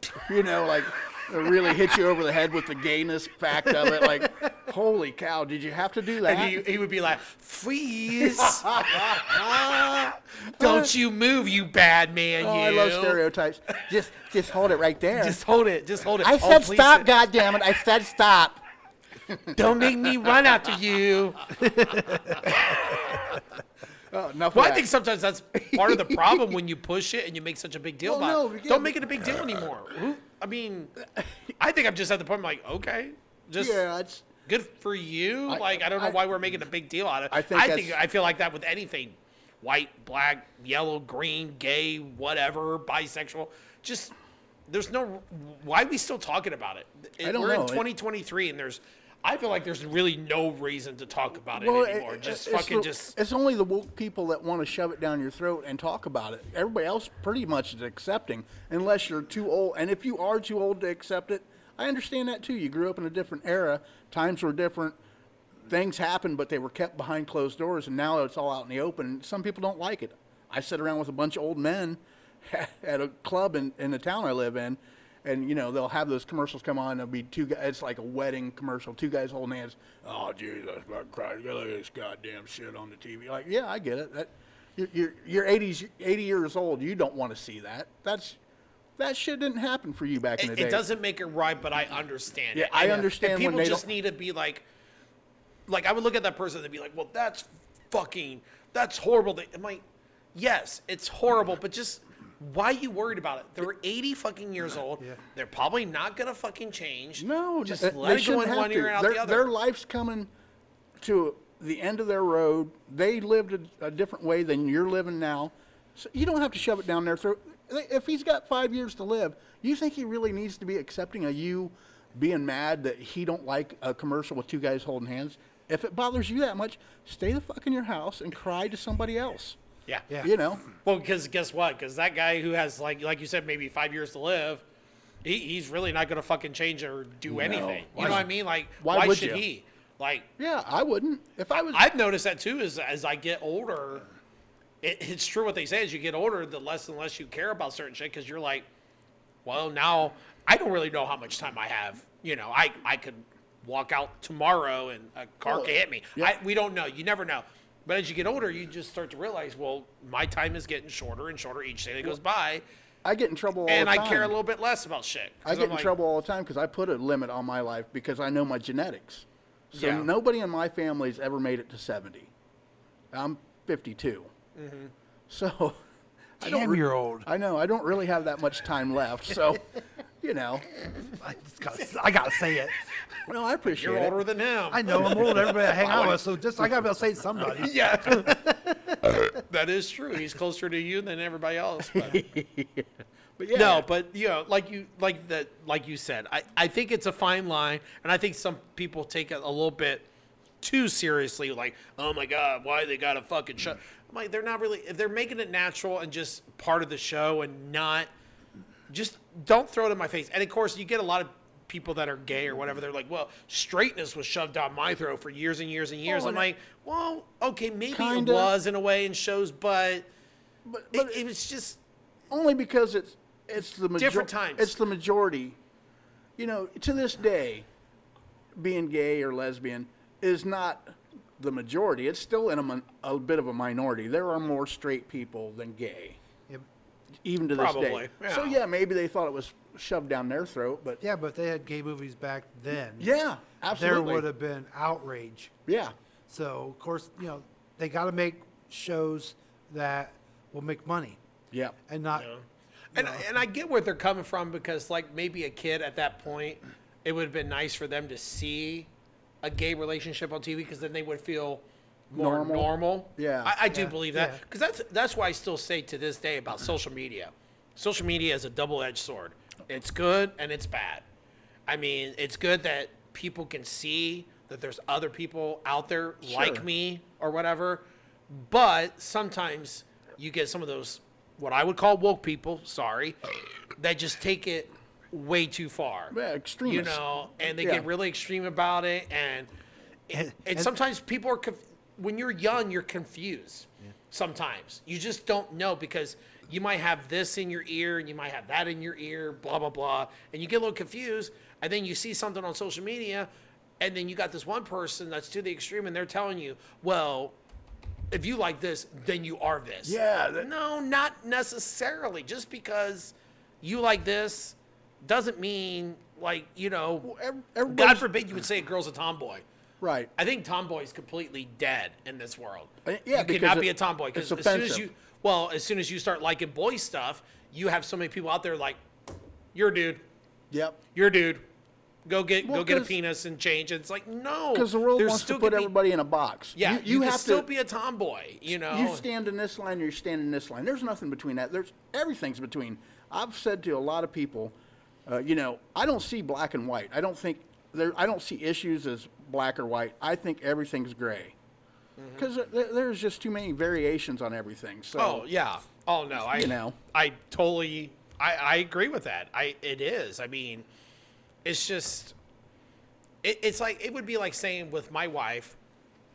*laughs* You know, like, it really hit you over the head with the gayness fact of it. Like, holy cow, did you have to do that?
And he, he would be like, freeze.
*laughs*
Don't you move, you bad man.
oh,
you.
I love stereotypes. Just, just hold it right there.
Just hold it. Just hold it.
I
Oh,
said
please
stop,
sit-
goddammit. I said stop.
Don't make me run after
*laughs*
you.
Oh, enough
Well,
of
I think
that.
sometimes that's part of the problem when you push it and you make such a big deal
Well,
about
no,
it.
yeah,
Don't make
but-
it a big deal anymore. Who? I mean, I think I'm just at the point. I'm like, okay, just
yeah, it's,
good for you. like, I don't know
I-
why we're making a big deal out of it.
I think
I,
that's-
think, I feel like that with anything white, black, yellow, green, gay, whatever, bisexual. Just, there's no, why are we still talking about it?
I don't
we're
know.
in
It-
2023 and there's, I feel like there's really no reason to talk about it
well,
anymore.
it-
just
it's
fucking
the-
just.
It's only the woke people that want to shove it down your throat and talk about it. Everybody else pretty much is accepting, unless you're too old. And if you are too old to accept it, I understand that too. You grew up in a different era, times were different, things happened, but they were kept behind closed doors, and now it's all out in the open. Some people don't like it. I sit around with a bunch of old men *laughs* at a club in, in the town I live in, and you know they'll have those commercials come on. There'll be two guys. It's like a wedding commercial. Two guys holding hands. Oh Jesus, my Christ! Look at this goddamn shit on the TV. Like, yeah, I get it. That you're you're, you're 80s, 80 years old. You don't want to see that. That's that shit didn't happen for you back in the
It,
day.
it doesn't make it right, but I understand.
Yeah,
it.
I
And-
understand
and
when
people
they
just
don't-
need to be like, like I would look at that person and be like, "Well, that's fucking, that's horrible." That- I'm like, "Yes, it's horrible," but just Why you worried about it? They're 80 fucking years old.
Yeah.
They're probably not going to fucking change.
No,
just
they-
let
they
it go
shouldn't
in
have
one
to.
ear and out
their,
the other.
Their life's coming to the end of their road. They lived a, a different way than you're living now. So you don't have to shove it down their throat. They- If he's got five years to live, you think he really needs to be accepting of you being mad that he don't like a commercial with two guys holding hands? If it bothers you that much, stay the fuck in your house and cry to somebody else.
yeah.
Yeah.
You know,
Well, because guess what? Because that guy who has like like you said, maybe five years to live, he, he's really not going to fucking change or do anything. You know what I mean? Like, why,
why would
should
you?
he? Like,
yeah, I wouldn't. If I was,
I've noticed that too. Is as I get older, it, it's true what they say. As you get older, the less and less you care about certain shit because you're like, well, now I don't really know how much time I have. You know, I I could walk out tomorrow and a car
Well,
could hit me.
yeah.
I, we don't know. You never know. But as you get older, you just start to realize, well, my time is getting shorter and shorter each day that goes by,
I get in trouble all
and
the
I
time.
care a little bit less about shit. 'Cause
I
I'm
get in
like,
trouble all the time because I put a limit on my life because I know my genetics. So
Yeah.
nobody in my family's ever made it to 70. I'm 52.
Mm-hmm.
So *laughs* I don't
Damn,
re-
you're old.
I know. I don't really have that much time left.
*laughs*
So, you know,
I, just gotta, I gotta say it.
no, I appreciate
You're
it.
older than him.
I know I'm old. Everybody I hang out with, so just I gotta be able to say it
*laughs*
to somebody.
yeah, that is true. He's closer to you than everybody else. *laughs* But.
But yeah,
No, but you know, like you like the like you said, I, I think it's a fine line, and I think some people take it a little bit too seriously. Like, oh my god, why they got to fucking shut? I'm like, they're not really. If they're making it natural and just part of the show, and not just don't throw it in my face. And of course, you get a lot of people that are gay or whatever. They're like, well, straightness was shoved down my throat for years and years and years.
Oh,
I'm
and
like, well, okay, maybe
Kinda.
it was in a way in shows, but,
but, but
but it, it was just.
only because it's it's the major-
Different times.
It's the majority. You know, to this day, being gay or lesbian is not the majority. It's still in a, mon- a bit of a minority. There are more straight people than gay,
Yeah,
even to this
Probably,
day. So
yeah.
yeah, maybe they thought it was shoved down their throat, but yeah,
yeah, but they had gay movies back then.
absolutely.
There would have been outrage.
Yeah,
So of course, you know, they gotta make shows that will make money
yeah.
and not.
And, and I get where they're coming from because, like, maybe a kid at that point, it would have been nice for them to see a gay relationship on TV because then they would feel more normal.
Normal. Yeah.
I, I do
Yeah,
believe
yeah.
that because that's that's why I still say to this day about social media. Social media is a double-edged sword. It's good and it's bad. I mean, it's good that people can see that there's other people out there like
Sure.
me or whatever, but sometimes you get some of those what I would call woke people. Sorry, that just take it way too far.
Yeah,
You
extremists.
know, and they
Yeah.
get really extreme about it, and
And-
and
and-
sometimes people are conf- when you're young you're confused sometimes you just don't know because you might have this in your ear and you might have that in your ear blah blah blah and you get a little confused and then you see something on social media and then you got this one person that's to the extreme and they're telling you well if you like this then you are this
Yeah, that-
no not necessarily just because you like this doesn't mean like you know
ev-
god
everybody's-
forbid you would say a girl's a tomboy
Right.
I think tomboy is completely dead in this world.
Uh, yeah,
you
because
cannot
it-
be a tomboy because
it's
as soon as
offensive.
you, well, as soon as you start liking boy stuff, you have so many people out there like, "You're a dude,
Yep.
you're a dude, go get
Well,
go get a
'cause-
penis and change." It's like no,
Because the world
there's
wants to
still
put
gonna be-
everybody in a box.
Yeah,
you,
you,
you
can
have
still
to
be a tomboy. You know,
You stand in this line, or you stand in this line. There's nothing between that. There's everything's between. I've said to a lot of people, uh, you know, I don't see black and white. I don't think there. I don't see issues as black or white. I think everything's gray,
Mm-hmm.
because there's just too many variations on everything. So
Oh yeah. Oh no. I
You know.
I totally. I I agree with that. I it is. I mean, it's just. It, it's like it would be like saying with my wife,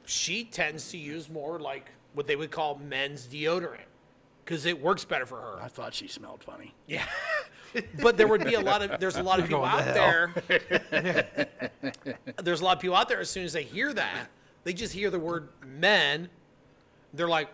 she tends to use more like what they would call men's deodorant because it works better for her.
I thought she smelled funny.
Yeah. *laughs* but there would be a lot of there's a lot of people
going to
out there. there's a lot of people out there. As soon as they hear that, they just hear the word "men," they're like,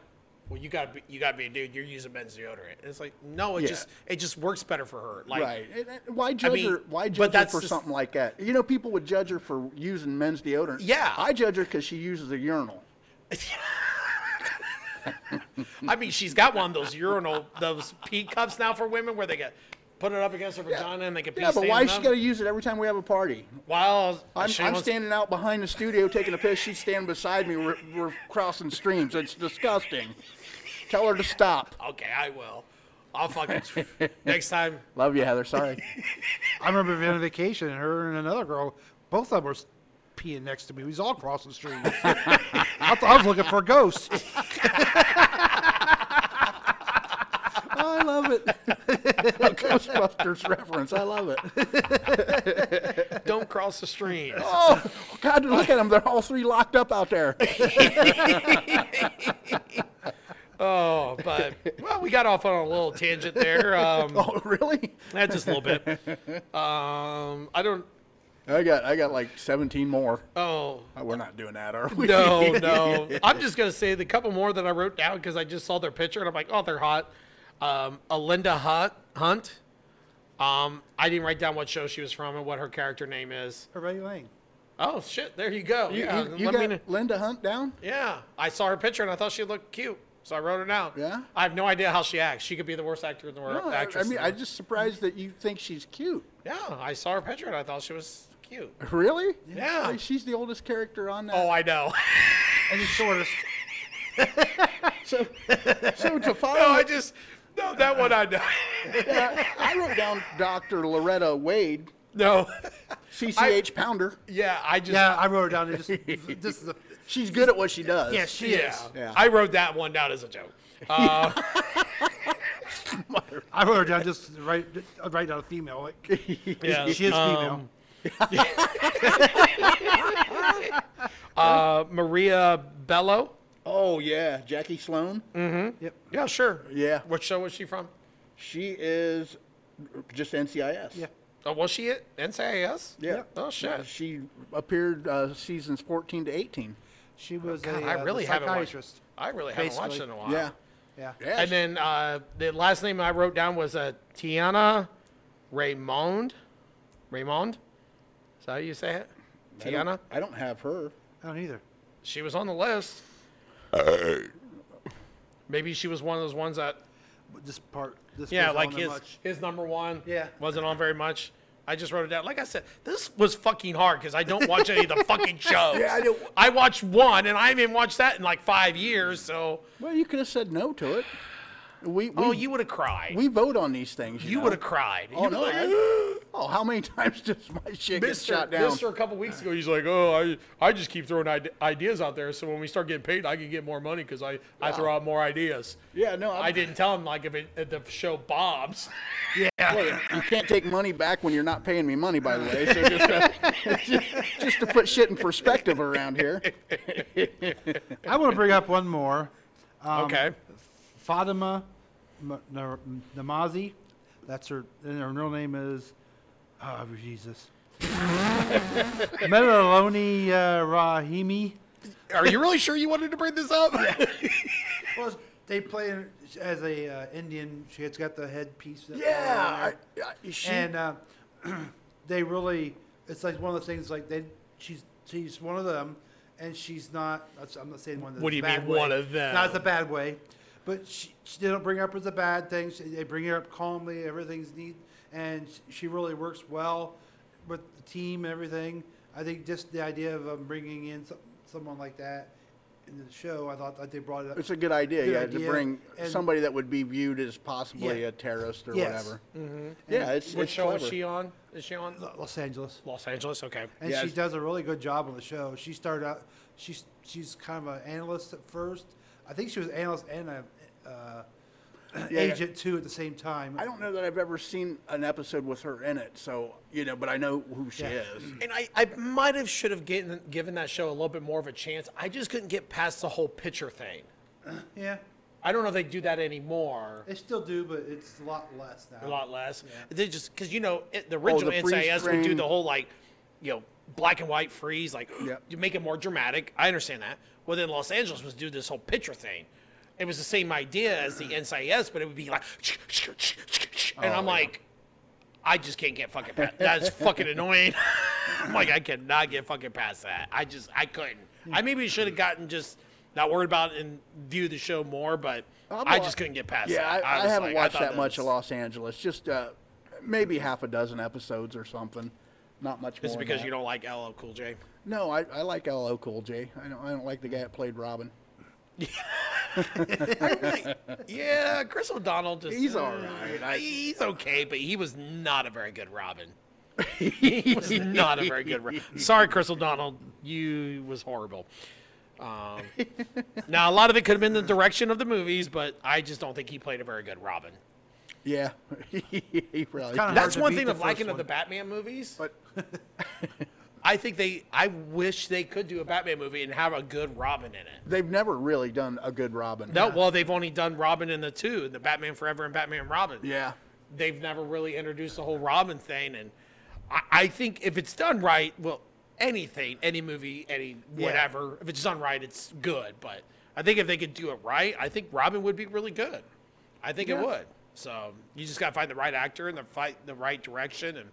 "Well, you got to you got to be a dude. You're using men's deodorant." And it's like, no, it
Yeah.
just it just works better for her. Like,
Right. And- and Why judge
mean,
her? Why
but
judge her
that's
for
just-
something like that? You know, people would judge her for using men's deodorant.
Yeah.
I judge her because she uses a urinal.
*laughs* I mean, she's got one of those urinal, those pee cups now for women where they get put it up against her vagina and they can pee.
Yeah, but
standing
why is she
up.
got to use it every time we have a party?
While
I'm,
she
I'm
wants-
standing out behind the studio taking a piss. She's standing beside me. We're, we're crossing streams. It's disgusting. Tell her to stop.
Okay, I will. I'll fucking
*laughs*
next time.
Love you, Heather.
*laughs*
Sorry.
I remember being on vacation, and her and another girl, both of them were s- peeing next to me. We was all crossing
*laughs*
the street. I, thought I was looking for ghosts. I love
*laughs*
it.
Ghostbusters reference. I love
*laughs*
it.
Don't cross the stream.
*laughs* Oh, God, look at them. They're all three locked up out there. *laughs*
Oh, but well, we got off on a little tangent there. Um,
Oh, really?
that's just a little bit. Um, I don't.
I got I got like 17 more.
Oh
Oh, We're not doing that, are we? *laughs*
no, no. I'm just gonna say the couple more that I wrote down because I just saw their picture and I'm like, oh, they're hot. Um, Alinda Hunt. Hunt. Um, I didn't write down what show she was from and what her character name is.
Ray Lane.
Oh shit, there you go.
You,
yeah,
you- you
let me
got
kn-
Linda Hunt down?
Yeah, I saw her picture and I thought she looked cute, so I wrote her down.
Yeah?
I have no idea how she acts. She could be the worst actor in the world.
No, I, I
actress in
mean,
the
I'm
world.
just surprised that you think she's cute.
yeah, I saw her picture and I thought she was
*laughs*
cute.
Really?
Yeah.
Like, She's the oldest character on that.
Oh, I know. *laughs*
And the shortest.
*laughs*
So, so to follow,
no, I just no that one I know. *laughs*
I wrote down Dr. Loretta Wade,
no, *laughs*
CCH Pounder.
yeah, I just
Yeah, I wrote her down. and Just, this is a,
She's good at what she does.
yeah, she
yeah.
is.
Yeah.
I wrote that one down as a joke.
I wrote her down just right, right down a female. Like,
Yeah,
she is
um, Uh, Maria Bello.
Oh yeah, Jackie Sloan.
Mm.
female. Yep.
Yeah, sure.
Yeah.
What show was she from?
She is just NCIS.
Yeah.
Oh, was she at NCIS?
Yeah.
Oh shit.
She appeared uh, seasons 14 to 18.
She was
God,
a
I
uh,
really
the
haven't watched.
psychiatrist.
I really haven't watched it
Basically.
in a while.
Yeah.
Yeah.
Yeah.
And then uh, the last name I wrote down was uh, Tiana Raymond. Raymond? Is that how you say it?
I don't-
Tiana?
I don't have her.
I don't either.
She was on the list. Maybe she was one of those ones that,
This part. This
yeah,
goes
like
on that
his,
much.
his number one
Yeah.
wasn't on very much. I just wrote it down. Like I said, this was fucking hard because I don't watch any of the fucking shows.
Yeah, I don't-
I watched one, and I haven't watched that in like five years. So,
Well, you could have said no to it. We we,
oh, you would have cried.
we vote on these things. You,
you
know?
would have cried.
Oh
You'd be
no.
like,
I-
*gasps*
oh, how many *laughs* times does my shit get
Mister,
shot down?
Mister, a couple weeks ago, he's like, "Oh, I, I just keep throwing ide- ideas out there. So when we start getting paid, I can get more money because I, I throw out more ideas."
Yeah, no, I'm-
I didn't tell him like if, it, if the show bombs.
Well,
*laughs*
you can't take money back when you're not paying me money, by the way. So just, uh, just, *laughs* just to put shit in perspective around here.
I want to bring up one more.
Um,
okay.
Fatima M- Nar- Namazi. That's her, and her real name is, oh,
*laughs*
Jesus. Melaloni uh, Rahimi.
Are you really sure you wanted to bring this up? *laughs*
Well, they play her as a uh, Indian. She has got the headpiece. that-
Yeah, I, I, she,
and uh, *clears throat* they really, it's like one of the things like they, she's she's one of them, and she's not. that's- I'm not saying one of them.
What do you mean, one of them?
Not as a bad way, but she, she they don't bring her up as a bad thing. She, they bring her up calmly. Everything's neat, and sh- she really works well with the team and everything. I think just the idea of um, bringing in some, someone like that in the show, I thought that they brought it up.
it's a good idea,
Good
yeah, to
idea,
bring
and-
somebody that would be viewed as possibly
Yeah.
a terrorist or
Yes. Mm-hmm.
whatever. Yeah, it's,
what
it's
show
clever.
is she on? Is she on
Lo- Los Angeles.
Los Angeles? Okay.
and
Yeah,
she
it's-
does a really good job on the show. She started out, she's she's kind of an analyst at first. I think she was analyst and a uh,
yeah.
agent too at the same time.
I don't know that I've ever seen an episode with her in it, so you know, but I know who she
Yeah.
is.
And I, I might have should have given given that show a little bit more of a chance. I just couldn't get past the whole picture thing.
Yeah,
I don't know if they do that anymore.
they still do, but it's a lot less
a
now.
lot less. They just because you know it, the original
Oh, the freeze
NCIS would do
frame.
the whole like, you know, black and white freeze, like
Yep.
*gasps* you make it more dramatic. I understand that. Well, then Los Angeles was do this whole picture thing. It was the same idea as the NCIS, but it would be like,
Oh,
and I'm like, I just can't get fucking past. That's fucking annoying. *laughs* I'm like I cannot get fucking past that. I just I couldn't. I maybe should have gotten just Not worried about and view the show more, but
I'm
I
wa-
just couldn't get past
Yeah,
that.
I, I
was
haven't
like,
watched
thought
that much of
was-
Los Angeles. Just uh, maybe half a dozen episodes or something. Not much
This is
more. than
because
that.
you don't like LL Cool J.
No, I, I like LL Cool J. I don't, I don't like the guy that played Robin.
yeah, Chris O'Donnell just
He's all right.
I- he's okay, but he was not a very good
*laughs*
Robin. he was not a very good Robin. Sorry, Chris O'Donnell, you was horrible.
*laughs*
Um, now a lot of it could have been the direction of the movies, but I just don't think he played a very good Robin.
Yeah, *laughs* he probably.
kinda- Hard
That's
to
one
beat
thing
the
of liking
first
of the
one.
Batman movies.
But
*laughs* I think they, I wish they could do a Batman movie and have a good Robin in it.
they've never really done a good Robin.
No, well, they've only done Robin in the two, the Batman Forever and Batman and Robin.
Yeah.
they've never really introduced the whole Robin thing, and I, I think if it's done right, well, anything, any movie, any
Yeah.
whatever, if it's done right, it's good. But I think if they could do it right, I think Robin would be really good. I think
Yeah.
it would. So you just gotta find the right actor and the fight the right direction, and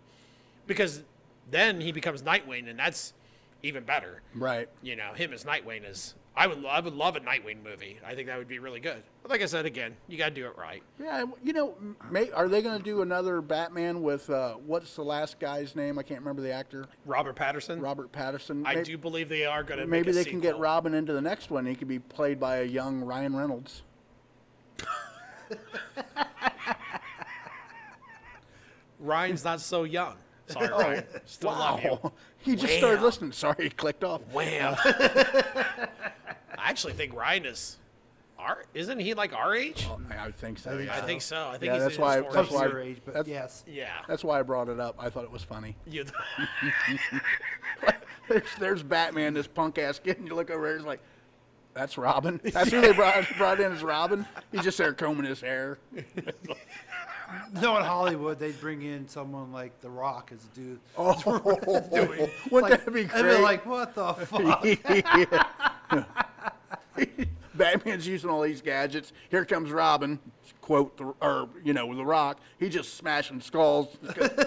because then he becomes Nightwing, and that's even better.
Right.
You know, him as Nightwing is. I would, I would love a Nightwing movie. I think that would be really good. But like I said again, you gotta do it right.
Yeah, you know, may, are they going to do another Batman with uh, what's the last guy's name? I can't remember the actor.
Robert Patterson.
Robert Patterson.
I
May-
do believe they are going to.
Maybe
make a
they can get
sequel.
Robin into the next one. He could be played by a young Ryan Reynolds.
Ryan's not so young. Sorry, Ryan. Still love you.
*laughs* he just
Wham.
started listening. Sorry, he clicked off.
Wham. I actually think Ryan is. Our, isn't he like our age?
Oh, I I think so.
I think
yeah.
I think so. I think
Yeah,
he's
that's
in
why-
his 40s.
that's
Close
why-
to your age, but
that's-
yes.
Yeah.
That's why I brought it up. I thought it was funny.
You-
There's, there's Batman, this punk ass kid, and you look over there, it's like, that's Robin. That's who they brought, brought in as Robin. He's just there combing his hair.
No, in Hollywood, they'd bring in someone like The Rock as a dude.
Oh, wouldn't
Like,
that be
I'd be
great?
like,
*laughs*
what the fuck?
*laughs* Batman's using all these gadgets. Here comes Robin, quote, the, or, you know, The Rock. He just smashing skulls. *laughs*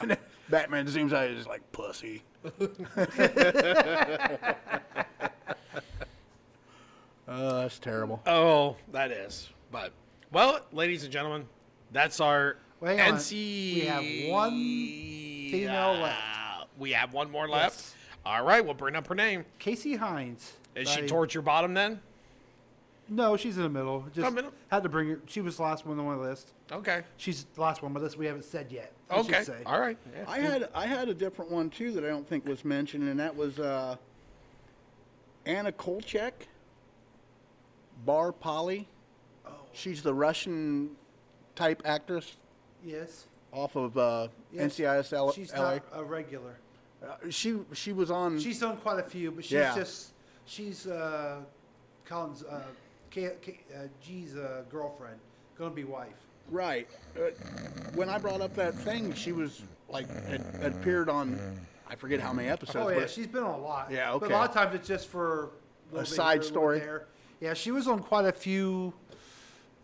And then Batman zooms out, he's just like, pussy. *laughs* Oh, that's terrible.
oh, that is. But well, ladies and gentlemen, that's our
Wait on.
NC.
We have one female left.
We have one more left. All right, we'll bring up her name.
Casey Hines.
Is
by-
she towards your bottom then?
No, she's in the middle. Just
middle?
had to bring her. She was the last one on my list.
Okay.
She's the last one on my list. We haven't said yet. I should
Okay.
say.
All right. Yeah.
I had I had a different one too that I don't think was mentioned, and that was uh, Anna Kolchak, Bar Polly.
Oh.
She's the Russian type actress
Yes.
off of uh,
yes.
NCIS L-
She's
LA.
not a regular.
Uh, she she was on.
She's done quite a few, but she's
Yeah.
just she's uh, Colin's uh, K, K, uh, G's uh, girlfriend, gonna be wife.
Right. Uh, When I brought up that thing, she was like had, had appeared on. I forget how many episodes.
Oh yeah,
but-
she's been on a lot.
Yeah,
But
okay.
a lot of times it's just for
A
little bit
side
here, little
story.
There. Yeah, she was on quite a few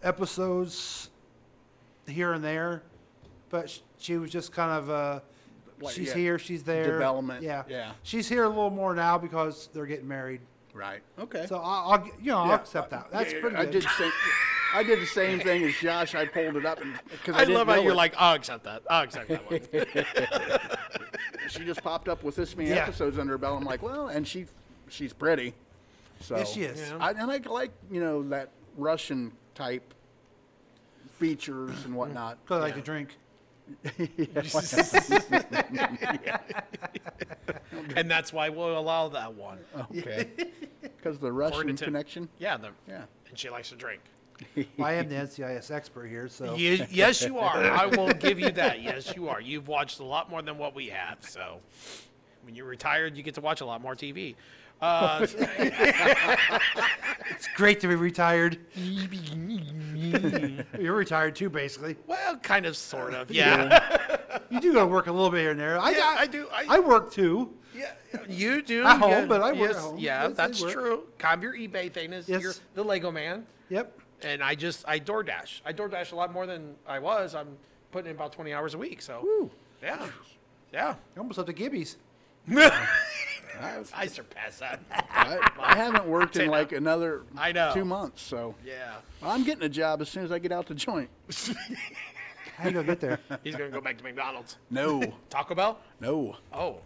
episodes here and there, but sh- she was just kind of uh,
Like,
she's
yeah,
here, she's there.
development,
Yeah,
yeah.
She's here a little more now because they're getting married.
right. Okay.
So I'll, I'll g- you know I'll
Yeah,
accept
uh,
that. That's
yeah,
pretty
I
good.
did, the same, I did the same thing as Josh. I pulled it up because I,
I
didn't
love how
know
you're
it.
like, I'll accept that. I'll accept that one. *laughs*
she just popped up with this many
Yeah.
episodes under her belt. I'm like, well, and she she's pretty. So
Yes, she is.
I, and I like you know that Russian type features and whatnot.
Because I like
*laughs*
to drink.
and that's why we'll allow that one.
Oh,
*laughs*
Okay, because the Russian
Ornatin.
connection.
Yeah, the, *laughs*
Yeah.
and she likes to drink.
Well, I am the NCIS expert here, so
*laughs* Ye- yes, you are. I will give you that. Yes, you are. You've watched a lot more than what we have. So, when you're retired, you get to watch a lot more TV. Uh,
it's great to
*laughs*
be retired. *laughs* You're retired too, basically.
well, kind of, sort of. Yeah,
You do go to work a little bit here and there.
*laughs*
I,
yeah I do. I,
I work too.
yeah, you do.
At home,
yeah.
but I work at
Yes,
home.
Yeah,
Yes, I
that's
work.
true. Kind of your eBay thing is
Yes.
you're the Lego man.
Yep.
and I just I DoorDash. I DoorDash a lot more than I was. I'm putting in about 20 hours a week. So yeah, yeah. *laughs*
You almost up to Gibby's.
I surpassed that.
I, I haven't worked in like another
I know.
two months, so
Yeah.
I'm getting a job as soon as I get out the joint.
How you gonna get
*laughs*
there?
*laughs* He's going to go back to McDonald's.
No,
Taco Bell?
no,
Oh.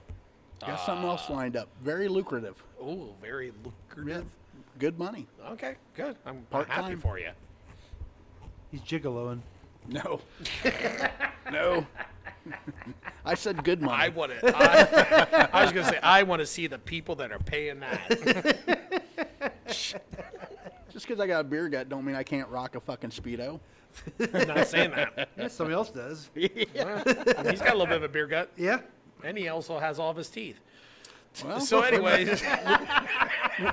got
Ah.
something else lined up. Very lucrative,
Ooh, very lucrative.
good money.
Okay, good. I'm
Part-time.
happy for you.
He's gigoloing.
*laughs* No, no. I said good money.
I want to. I, *laughs* I was going to say, I want to see the people that are paying that.
Just because I got a beer gut don't mean I can't rock a fucking speedo.
I'm not saying *laughs* that.
Yeah, somebody else does.
He's got a little bit of a beer gut,
Yeah.
and he also has all of his teeth.
Well,
So, anyways,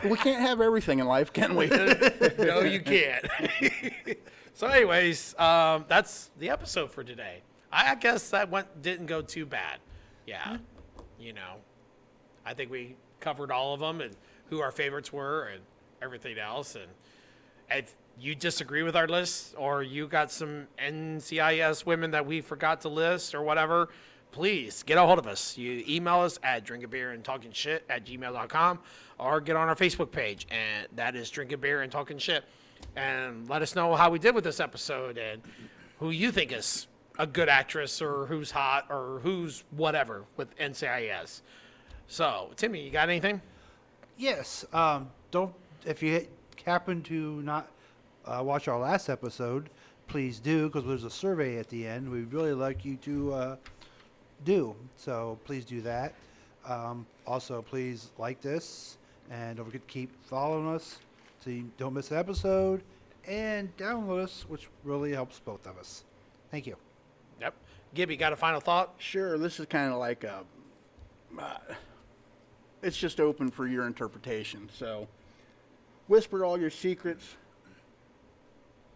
we can't have everything in life, can we?
*laughs* no, you can't. so, anyways, um, that's the episode for today. I, I guess that went didn't go too bad. Yeah, you know, I think we covered all of them and who our favorites were and everything else. And if you disagree with our list or you got some NCIS women that we forgot to list or whatever, please get a hold of us. You email us at drink a beer and talking shit at gmail.com or get on our Facebook page and that is drink a beer and talking shit. And let us know how we did with this episode and who you think is a good actress or who's hot or who's whatever with NCIS. So, Timmy, you got anything?
Yes. Um, don't if you happen to not uh, watch our last episode, please do because there's a survey at the end. We'd really like you to uh, do so. Please do that. Um, also, please like this and don't forget to keep following us so you don't miss an episode and download us, which really helps both of us. Thank you.
Yep. Gibby, got a final thought?
Sure, this is kind of like a. Uh, it's just open for your interpretation. So, whisper all your secrets.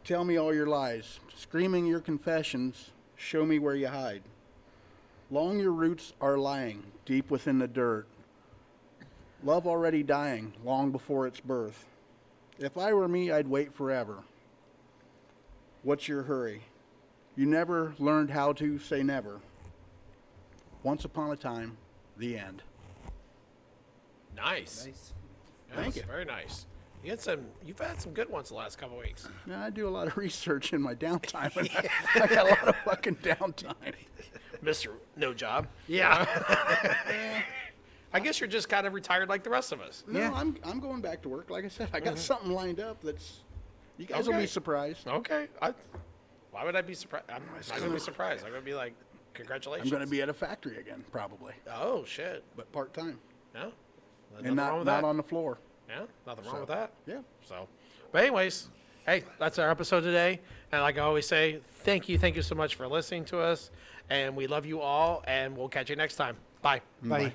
Tell me all your lies. Screaming your confessions. Show me where you hide. Long your roots are lying deep within the dirt. Love already dying long before its birth. If I were me, I'd wait forever. What's your hurry? You never learned how to say never. Once upon a time, the end.
Nice.
Thank you.
Very nice. You had some. You've had some good ones the last couple of weeks.
Now, I do a lot of *laughs* research in my downtime. And I, I got a lot of fucking downtime.
*laughs* Mister No Job.
Yeah.
I guess you're just kind of retired like the rest of us.
No,
Yeah.
I'm, I'm going back to work. Like I said, I got something lined up that's. You guys will
Okay.
be surprised.
Okay. I, why would I be surprised? I'm not *laughs* gonna be surprised. I'm gonna be like,
I'm
congratulations.
going to be at a factory again, probably,
Oh shit.
but part time.
No. Nothing
And
wrong
not,
with
not
that.
on the floor.
Yeah. Nothing wrong with that.
Yeah.
So, but anyways, hey, that's our episode today. And like I always say, thank you, thank you so much for listening to us, and we love you all, and we'll catch you next time. *laughs* Bye.
Bye.